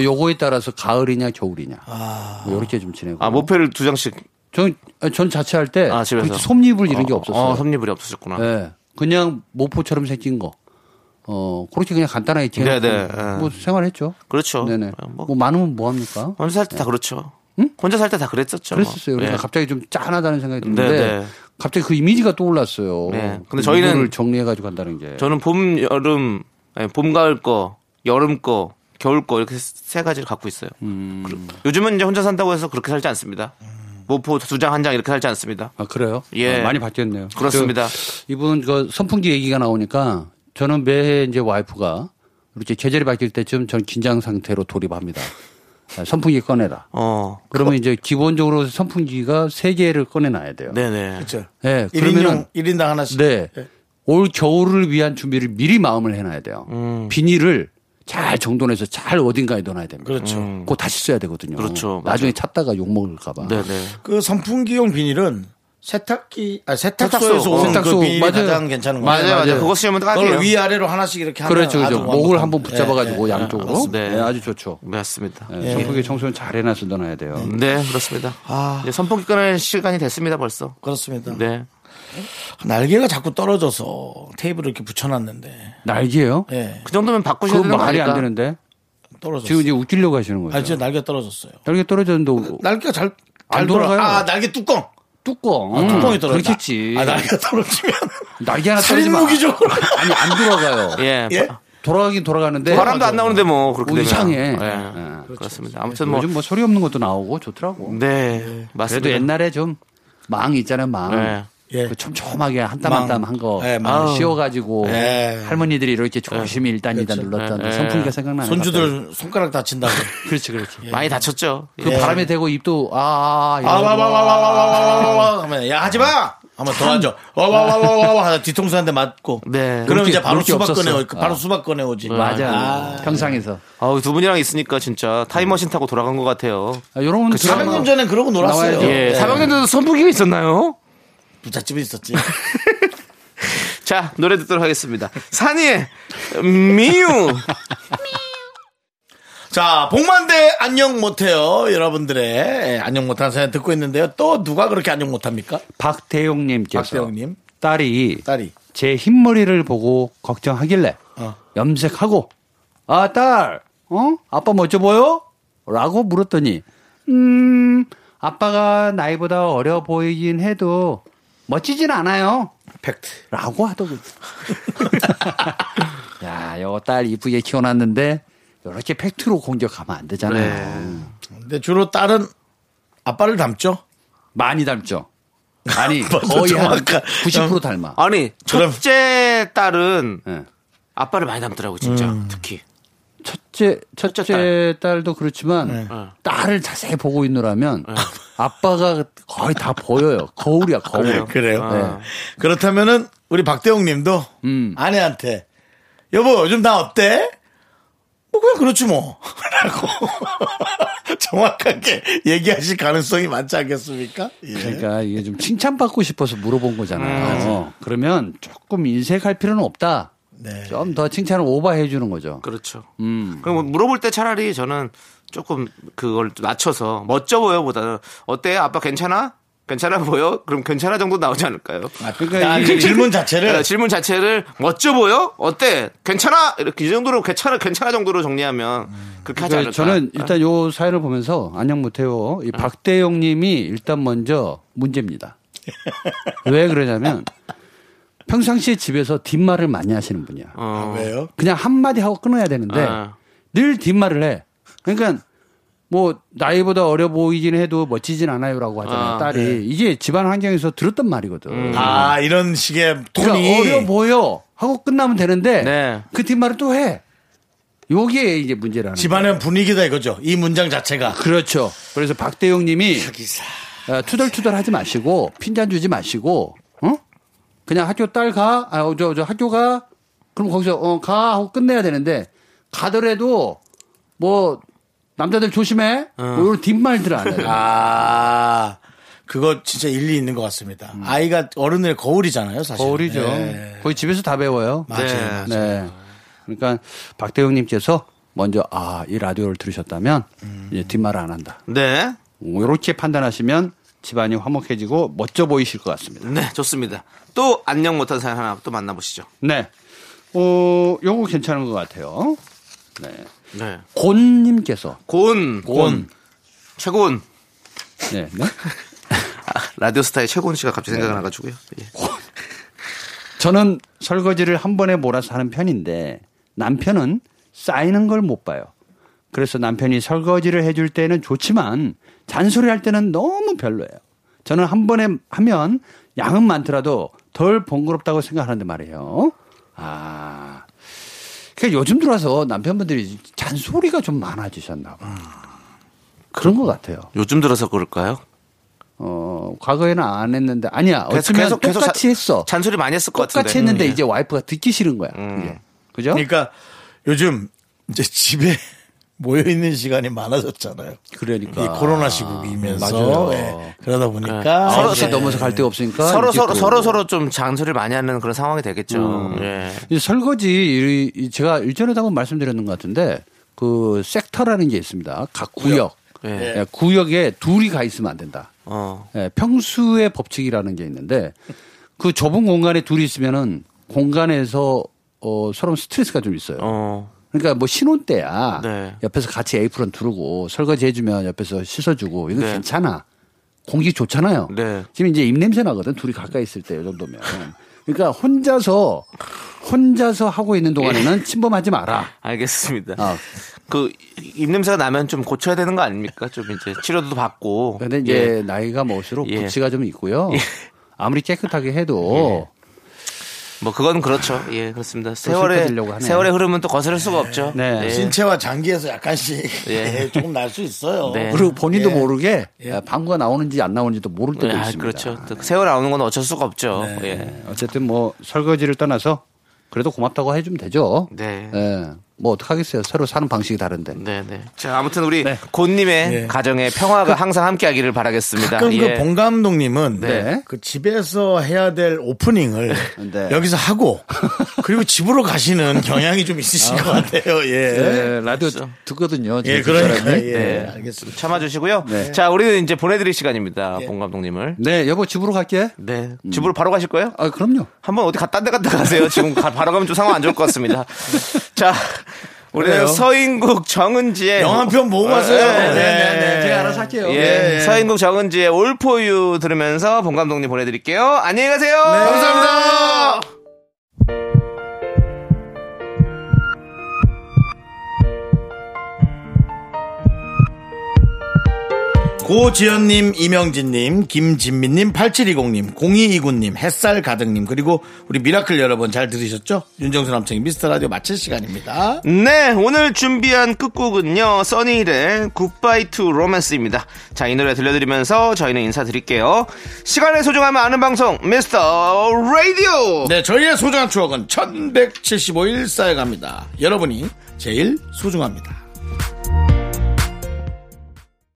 Speaker 5: 요거에 따라서 가을이냐 겨울이냐. 뭐 이렇게 좀 지내고.
Speaker 2: 아 모패를 두 장씩.
Speaker 5: 전, 전 자취할 때
Speaker 2: 아, 집에서?
Speaker 5: 그렇게 솜잎을 이런 게
Speaker 2: 어,
Speaker 5: 없었어요.
Speaker 2: 어, 섭리불이 없으셨구나.
Speaker 5: 예. 그냥 모포처럼 생긴 거. 어, 그렇게 그냥 간단하게 이렇게
Speaker 2: 네, 네,
Speaker 5: 해놓고
Speaker 2: 예.
Speaker 5: 뭐 생활했죠.
Speaker 2: 그렇죠.
Speaker 5: 네네.
Speaker 2: 어,
Speaker 5: 뭐,
Speaker 2: 뭐
Speaker 5: 많으면 뭐 합니까?
Speaker 2: 혼자 살 때 다 그렇죠. 혼자 살 때 다 그랬었죠. 뭐.
Speaker 5: 그랬었어요. 그래서
Speaker 2: 예.
Speaker 5: 갑자기 좀 짠하다는 생각이 드는데
Speaker 2: 네, 네.
Speaker 5: 갑자기 그 이미지가 떠올랐어요.
Speaker 2: 네. 근데
Speaker 5: 그
Speaker 2: 저희는-
Speaker 5: 이거를 정리해가지고 간다는 게.
Speaker 2: 저는 봄, 여름, 아니, 봄, 가을 거, 여름 거, 겨울 거 이렇게 세 가지를 갖고 있어요.
Speaker 5: 음.
Speaker 2: 그리고 요즘은 이제 혼자 산다고 해서 그렇게 살지 않습니다. 모포 두 장, 한 장 이렇게 살지 않습니다.
Speaker 5: 아 그래요?
Speaker 2: 예.
Speaker 5: 아, 많이 바뀌었네요.
Speaker 2: 그렇습니다.
Speaker 5: 그, 이분 그 선풍기 얘기가 나오니까 저는 매해 이제 와이프가 이렇게 계절이 바뀔 때쯤 전 긴장 상태로 돌입합니다. 아, 선풍기 꺼내라.
Speaker 2: 어,
Speaker 5: 그러면 이제 기본적으로 선풍기가 세 개를 꺼내놔야 돼요.
Speaker 2: 네네.
Speaker 1: 그렇죠.
Speaker 5: 네, 그러면은-
Speaker 1: 1인용 1인당 하나씩.
Speaker 5: 네. 올 겨울을 위한 준비를 미리 마음을 해놔야 돼요. 비닐을 잘 정돈해서 잘 어딘가에 넣어놔야 됩니다.
Speaker 1: 그렇죠.
Speaker 5: 그거 다시 써야 되거든요.
Speaker 2: 그렇죠.
Speaker 5: 나중에 찾다가 욕먹을까봐.
Speaker 2: 네네.
Speaker 1: 그 선풍기용 비닐은 세탁기 아 세탁소에서
Speaker 2: 세탁소.
Speaker 1: 오는
Speaker 5: 세탁소.
Speaker 1: 그 비닐이
Speaker 5: 맞아요.
Speaker 1: 가장 괜찮은 거예요.
Speaker 2: 맞아요, 맞아요. 그거 쓰면
Speaker 1: 그걸
Speaker 2: 딱이에요.
Speaker 1: 위아래로 하나씩 이렇게 하면
Speaker 5: 그렇죠, 그렇죠.
Speaker 1: 아주
Speaker 5: 목을
Speaker 1: 완벽한- 예,
Speaker 5: 한번 붙잡아가지고 양쪽으로.
Speaker 2: 네.
Speaker 5: 네. 아주 좋죠.
Speaker 2: 맞습니다.
Speaker 5: 네, 선풍기 청소는 잘 해놔서 넣어놔야 돼요.
Speaker 1: 예.
Speaker 2: 네, 그렇습니다. 이제 선풍기 꺼낼 시간이 됐습니다, 벌써.
Speaker 1: 그렇습니다.
Speaker 2: 네.
Speaker 1: 날개가 자꾸 떨어져서 테이블을 이렇게 붙여놨는데
Speaker 5: 날개요?
Speaker 1: 예
Speaker 2: 그 정도면 바꾸셔야
Speaker 5: 그건
Speaker 2: 되는 거
Speaker 5: 말이 안
Speaker 2: 아닐까?
Speaker 5: 되는데.
Speaker 1: 떨어졌어요.
Speaker 5: 지금 이제 웃기려고 하시는 거예요.
Speaker 1: 아 진짜 날개 가 떨어졌어요.
Speaker 5: 날개 떨어졌는데
Speaker 1: 날개가 잘,
Speaker 5: 안
Speaker 1: 잘 돌아.
Speaker 5: 돌아가요.
Speaker 1: 아 날개 뚜껑.
Speaker 5: 뚜껑.
Speaker 1: 뚜껑이 떨어졌다.
Speaker 5: 음, 그렇겠지.
Speaker 1: 아 날개가 떨어지면
Speaker 5: 날개 하나 떨어지 마.
Speaker 1: 살인무기적으로.
Speaker 5: 아니, 안 돌아가요.
Speaker 2: 예.
Speaker 1: 예?
Speaker 5: 돌아가긴 돌아가는데.
Speaker 2: 바람도 안 나오는데 뭐 그렇게
Speaker 5: 뭐
Speaker 2: 되면.
Speaker 5: 이상해.
Speaker 2: 예.
Speaker 5: 예.
Speaker 2: 그렇습니다. 아무튼 뭐 음,
Speaker 5: 요즘 뭐 소리 없는 것도 나오고 좋더라고.
Speaker 2: 네, 맞습니다.
Speaker 5: 그래도 옛날에 좀 망 있잖아요, 망.
Speaker 2: 네.
Speaker 1: 예.
Speaker 5: 그 촘촘하게 한 땀 한 땀
Speaker 1: 망.
Speaker 5: 한 거
Speaker 1: 예, 망.
Speaker 5: 씌워가지고
Speaker 1: 예.
Speaker 5: 할머니들이 이렇게 조심히 일단 일단 눌렀던 그 선풍기가 생각나는 것
Speaker 1: 손주들 손가락 다친다고.
Speaker 5: 같아요. 그렇지 그렇지.
Speaker 2: 많이 다쳤죠. 예.
Speaker 5: 그 바람에 대고 입도 아, 아, 아,
Speaker 1: 아와와와와와와와와 하면 야 하지 마. 하면 더 하죠. 와와와와와와 하다 뒤통수 한 대 맞고.
Speaker 2: 네.
Speaker 1: 그럼 이제
Speaker 5: 물기-
Speaker 1: 바로
Speaker 5: 물기
Speaker 1: 수박
Speaker 5: 없었어.
Speaker 1: 꺼내 바로
Speaker 5: 아.
Speaker 1: 수박 꺼내 오지.
Speaker 5: 맞아. 평상에서
Speaker 2: 아우, 두 분이랑 있으니까 진짜 타임머신 타고 돌아간 것 같아요.
Speaker 5: 아, 요런
Speaker 1: 400년 전에 그러고 놀았어요. 네.
Speaker 5: 나와야죠.
Speaker 2: 예. 사방에도 선풍기가 있었나요?
Speaker 1: 부잣집이 있었지.
Speaker 2: 자, 노래 듣도록 하겠습니다. 산이의 미유.
Speaker 1: 자, 복만대 안녕 못해요. 여러분들의 예, 안녕 못한 사연 듣고 있는데요. 또 누가 그렇게 안녕 못합니까?
Speaker 5: 박태용님께서
Speaker 1: 박대영님
Speaker 5: 딸이
Speaker 1: 딸이.
Speaker 5: 제 흰머리를 보고 걱정하길래
Speaker 1: 어.
Speaker 5: 염색하고 아 딸, 어 아빠 멋져 보여? 라고 물었더니 음 아빠가 나이보다 어려 보이긴 해도 멋지진 않아요.
Speaker 1: 팩트.
Speaker 5: 라고 하더군요. 야, 요 딸 이쁘게 키워놨는데 이렇게 팩트로 공격하면 안
Speaker 1: 네.
Speaker 5: 되잖아요.
Speaker 1: 근데 주로 딸은 아빠를 닮죠.
Speaker 5: 많이 닮죠. 아니
Speaker 1: 맞아,
Speaker 5: 거의
Speaker 1: 정확하-
Speaker 5: 한90% 닮아.
Speaker 2: 아니,
Speaker 1: 그럼-
Speaker 2: 첫째 딸은
Speaker 5: 예. 음.
Speaker 2: 아빠를 많이 닮더라고, 진짜. 특히.
Speaker 5: 첫째 첫째,
Speaker 2: 첫째 어.
Speaker 5: 딸. 도 그렇지만
Speaker 1: 네.
Speaker 5: 딸을 자세히 보고 있느라면 아빠가 거의 다 보여요. 거울이야 거울.
Speaker 1: 아, 네, 그래요. 그렇다면은 우리 박대웅 님도
Speaker 5: 음.
Speaker 1: 아내한테 여보 요즘 나 어때? 뭐 그냥 그렇지 뭐 라고 정확하게 얘기하실 가능성이 많지 않겠습니까? 예.
Speaker 5: 그러니까 이게 좀 칭찬받고 싶어서 물어본
Speaker 1: 음.
Speaker 5: 거잖아요. 어, 그러면 조금 인색할 필요는 없다.
Speaker 1: 네.
Speaker 5: 좀 더 칭찬을 오버해 주는 거죠.
Speaker 2: 그렇죠.
Speaker 5: 음.
Speaker 2: 그럼 뭐 물어볼 때 차라리 저는 조금 그걸 좀 낮춰서 멋져 보여 보다는 어때? 아빠 괜찮아? 괜찮아 보여? 그럼 괜찮아 정도 나오지 않을까요?
Speaker 1: 아, 그 질문 자체를
Speaker 5: 네.
Speaker 2: 그러니까 질문 자체를 멋져 보여? 어때? 괜찮아? 이렇게 이 정도로 괜찮아 괜찮아 정도로 정리하면 그렇게 하지
Speaker 5: 그러니까
Speaker 2: 않을까? 어.
Speaker 5: 저는 일단 요 사연을 보면서 안녕 못해요. 이 박대용 님이 일단 먼저 문제입니다. 왜 그러냐면 평상시에 집에서 뒷말을 많이 하시는 분이야.
Speaker 2: 어.
Speaker 1: 아, 왜요?
Speaker 5: 그냥 한마디 하고 끊어야 되는데
Speaker 2: 아.
Speaker 5: 늘 뒷말을 해. 그러니까 뭐 나이보다 어려 보이긴 해도 멋지진 않아요라고 하잖아요.
Speaker 2: 아,
Speaker 5: 딸이. 이게 집안 환경에서 들었던 말이거든.
Speaker 1: 네. 아 이런 식의
Speaker 5: 음. 그러니까
Speaker 1: 톤이
Speaker 5: 어려 보여 하고 끝나면 되는데
Speaker 2: 네.
Speaker 5: 그 뒷말을 또 해. 요게 이제 문제라는
Speaker 1: 집안의 분위기다 이거죠. 이 문장 자체가
Speaker 5: 그렇죠. 그래서 박대용 님이
Speaker 1: 아,
Speaker 5: 어, 투덜투덜 하지 마시고 핀잔 주지 마시고 어? 그냥 학교 딸 가. 아, 저 저 학교 가. 그럼 거기서 어, 가 하고 끝내야 되는데 가더라도 뭐 남자들 조심해.
Speaker 1: 어.
Speaker 5: 뭐 이런 뒷말들 안 해요.
Speaker 1: 아 그거 진짜 일리 있는 것 같습니다. 아이가 어른의 거울이잖아요, 네. 사실.
Speaker 5: 음. 거울이죠. 네. 거의 집에서 다 배워요.
Speaker 1: 맞아요.
Speaker 2: 네.
Speaker 5: 네. 그러니까 박대용 님께서 먼저 아, 이 라디오를 들으셨다면
Speaker 1: 음.
Speaker 5: 이제 뒷말 안 한다.
Speaker 2: 네.
Speaker 5: 이렇게 판단하시면 집안이 화목해지고 멋져 보이실 것 같습니다.
Speaker 2: 네, 좋습니다. 또 안녕 못한 사연 하나 또 만나보시죠.
Speaker 5: 네. 어, 요거 괜찮은 것 같아요. 네.
Speaker 2: 네.
Speaker 5: 곤님께서.
Speaker 2: 곤. 곤. 최곤.
Speaker 5: 네. 네?
Speaker 2: 아, 라디오스타의 최곤 씨가 갑자기 생각나가지고요. 예.
Speaker 5: 저는 설거지를 한 번에 몰아서 하는 편인데 남편은 쌓이는 걸 못 봐요. 그래서 남편이 설거지를 해줄 때는 좋지만 잔소리 할 때는 너무 별로예요. 저는 한 번에 하면 양은 많더라도 덜 번거롭다고 생각하는데 말이에요. 아. 그러니까 요즘 들어서 남편분들이 잔소리가 좀 많아지셨나 봐. 그런 것 같아요.
Speaker 2: 요즘 들어서 그럴까요?
Speaker 5: 어, 과거에는 안 했는데 아니야.
Speaker 2: 계속,
Speaker 5: 어쩌면
Speaker 2: 계속, 계속
Speaker 5: 똑같이
Speaker 2: 잔-
Speaker 5: 했어.
Speaker 2: 잔소리 많이 했을 것
Speaker 5: 똑같이
Speaker 2: 같은데.
Speaker 5: 했는데
Speaker 2: 음, 예.
Speaker 5: 이제 와이프가 듣기 싫은 거야. 이제. 네, 그죠?
Speaker 1: 그러니까 요즘 이제 집에 모여 있는 시간이 많아졌잖아요.
Speaker 5: 그러니까.
Speaker 1: 이 코로나 시국이면서 예, 그러다 보니까
Speaker 5: 아, 네. 서로
Speaker 1: 이제
Speaker 5: 서 넘어서 갈 데가 없으니까
Speaker 2: 서로 서로
Speaker 5: 이제 또- 음.
Speaker 2: 서로 서로 좀 잔소리를 많이 하는 그런 상황이 되겠죠. 예.
Speaker 5: 이 설거지 이- 이 제가 일전에도 한번 말씀드렸는 것 같은데 그 섹터라는 게 있습니다. 각 구역.
Speaker 2: 예.
Speaker 5: 예, 구역에 둘이 가 있으면 안 된다.
Speaker 2: 어.
Speaker 5: 예, 평수의 법칙이라는 게 있는데 그 좁은 공간에 둘이 있으면은 공간에서 어, 서로 스트레스가 좀 있어요.
Speaker 2: 어.
Speaker 5: 그러니까 뭐 신혼 때야
Speaker 2: 네.
Speaker 5: 옆에서 같이 에이프런 두르고 설거지 해주면 옆에서 씻어주고 이건
Speaker 2: 네.
Speaker 5: 괜찮아 공기 좋잖아요.
Speaker 2: 네.
Speaker 5: 지금 이제 입 냄새 나거든 둘이 가까이 있을 때 이 정도면. 그러니까 혼자서 혼자서 하고 있는
Speaker 2: 예.
Speaker 5: 동안에는 침범하지 마라.
Speaker 2: 아, 알겠습니다.
Speaker 5: 아.
Speaker 2: 그 입냄새가 나면 좀 고쳐야 되는 거 아닙니까? 좀 이제 치료도 받고.
Speaker 5: 근데
Speaker 2: 예.
Speaker 5: 이제 나이가 뭐 먹을수록
Speaker 2: 예.
Speaker 5: 부치가 좀 있고요. 아무리 깨끗하게 해도
Speaker 2: 뭐 그건 그렇죠. 예, 그렇습니다. 세월의
Speaker 5: 슬퍼지려고 하네요.
Speaker 2: 세월의 흐름은 또 거스를 수가 없죠.
Speaker 5: 네.
Speaker 2: 예.
Speaker 1: 신체와 장기에서 약간씩
Speaker 2: 예.
Speaker 1: 예, 조금 날 수 있어요.
Speaker 2: 네.
Speaker 5: 그리고 본인도
Speaker 1: 예.
Speaker 5: 모르게 방구가 나오는지 안 나오는지도 모를 때도
Speaker 2: 아,
Speaker 5: 있습니다.
Speaker 2: 그렇죠. 또 세월 나오는 건 어쩔 수가 없죠. 예.
Speaker 5: 네, 어쨌든 뭐 설거지를 떠나서 그래도 고맙다고 해주면 되죠.
Speaker 2: 네.
Speaker 5: 예, 뭐 어떡하겠어요. 서로 사는 방식이 다른데.
Speaker 2: 네, 네. 자, 아무튼 우리 곤님의 가정의 평화가 항상 함께하기를 바라겠습니다.
Speaker 1: 예. 가끔
Speaker 2: 예.
Speaker 1: 그봉 감독님은
Speaker 5: 네.
Speaker 1: 그 집에서 해야 될 오프닝을
Speaker 5: 네.
Speaker 1: 여기서 하고 그리고 집으로 가시는 경향이 좀 있으신 것 같아요. 예.
Speaker 5: 예, 라디오
Speaker 2: 그렇죠.
Speaker 5: 듣거든요.
Speaker 1: 예,
Speaker 5: 저희
Speaker 1: 그러니까
Speaker 5: 집사람이.
Speaker 1: 예,
Speaker 2: 네.
Speaker 1: 알겠습니다.
Speaker 2: 참아주시고요.
Speaker 1: 네.
Speaker 2: 자, 우리는 이제 보내드릴 시간입니다.
Speaker 1: 예.
Speaker 2: 봉 감독님을.
Speaker 5: 네, 여보 집으로 갈게.
Speaker 2: 네.
Speaker 1: 음.
Speaker 2: 집으로 바로 가실 거예요?
Speaker 5: 아, 그럼요.
Speaker 2: 한번 어디 갔다 딴데 갔다 가세요. 지금 가- 바로 가면 좀 상황 안 좋을 것 같습니다. 자, 우리는
Speaker 1: 그래요.
Speaker 2: 서인국
Speaker 5: 네.
Speaker 2: 정은지의
Speaker 1: 영화 편 보고 가세요.
Speaker 2: 네,
Speaker 1: 네, 네.
Speaker 5: 제가 알아서 할게요.
Speaker 2: 예, 서인국 정은지의 올포유 들으면서 봉 감독님 보내드릴게요. 안녕히 가세요.
Speaker 1: 네. 감사합니다. 고지연님, 이명진님, 김진민님, 8720님, 0229님, 햇살 가득님, 그리고 우리 미라클 여러분 잘 들으셨죠? 윤정수 남창희 미스터 라디오 마칠 시간입니다.
Speaker 2: 네, 오늘 준비한 끝곡은요, 써니힐의 굿바이 투 로맨스입니다. 자, 이 노래 들려드리면서 저희는 인사드릴게요. 시간의 소중함을 아는 방송, 미스터 라디오!
Speaker 1: 네, 저희의 소중한 추억은 1175일 쌓여갑니다. 여러분이 제일 소중합니다.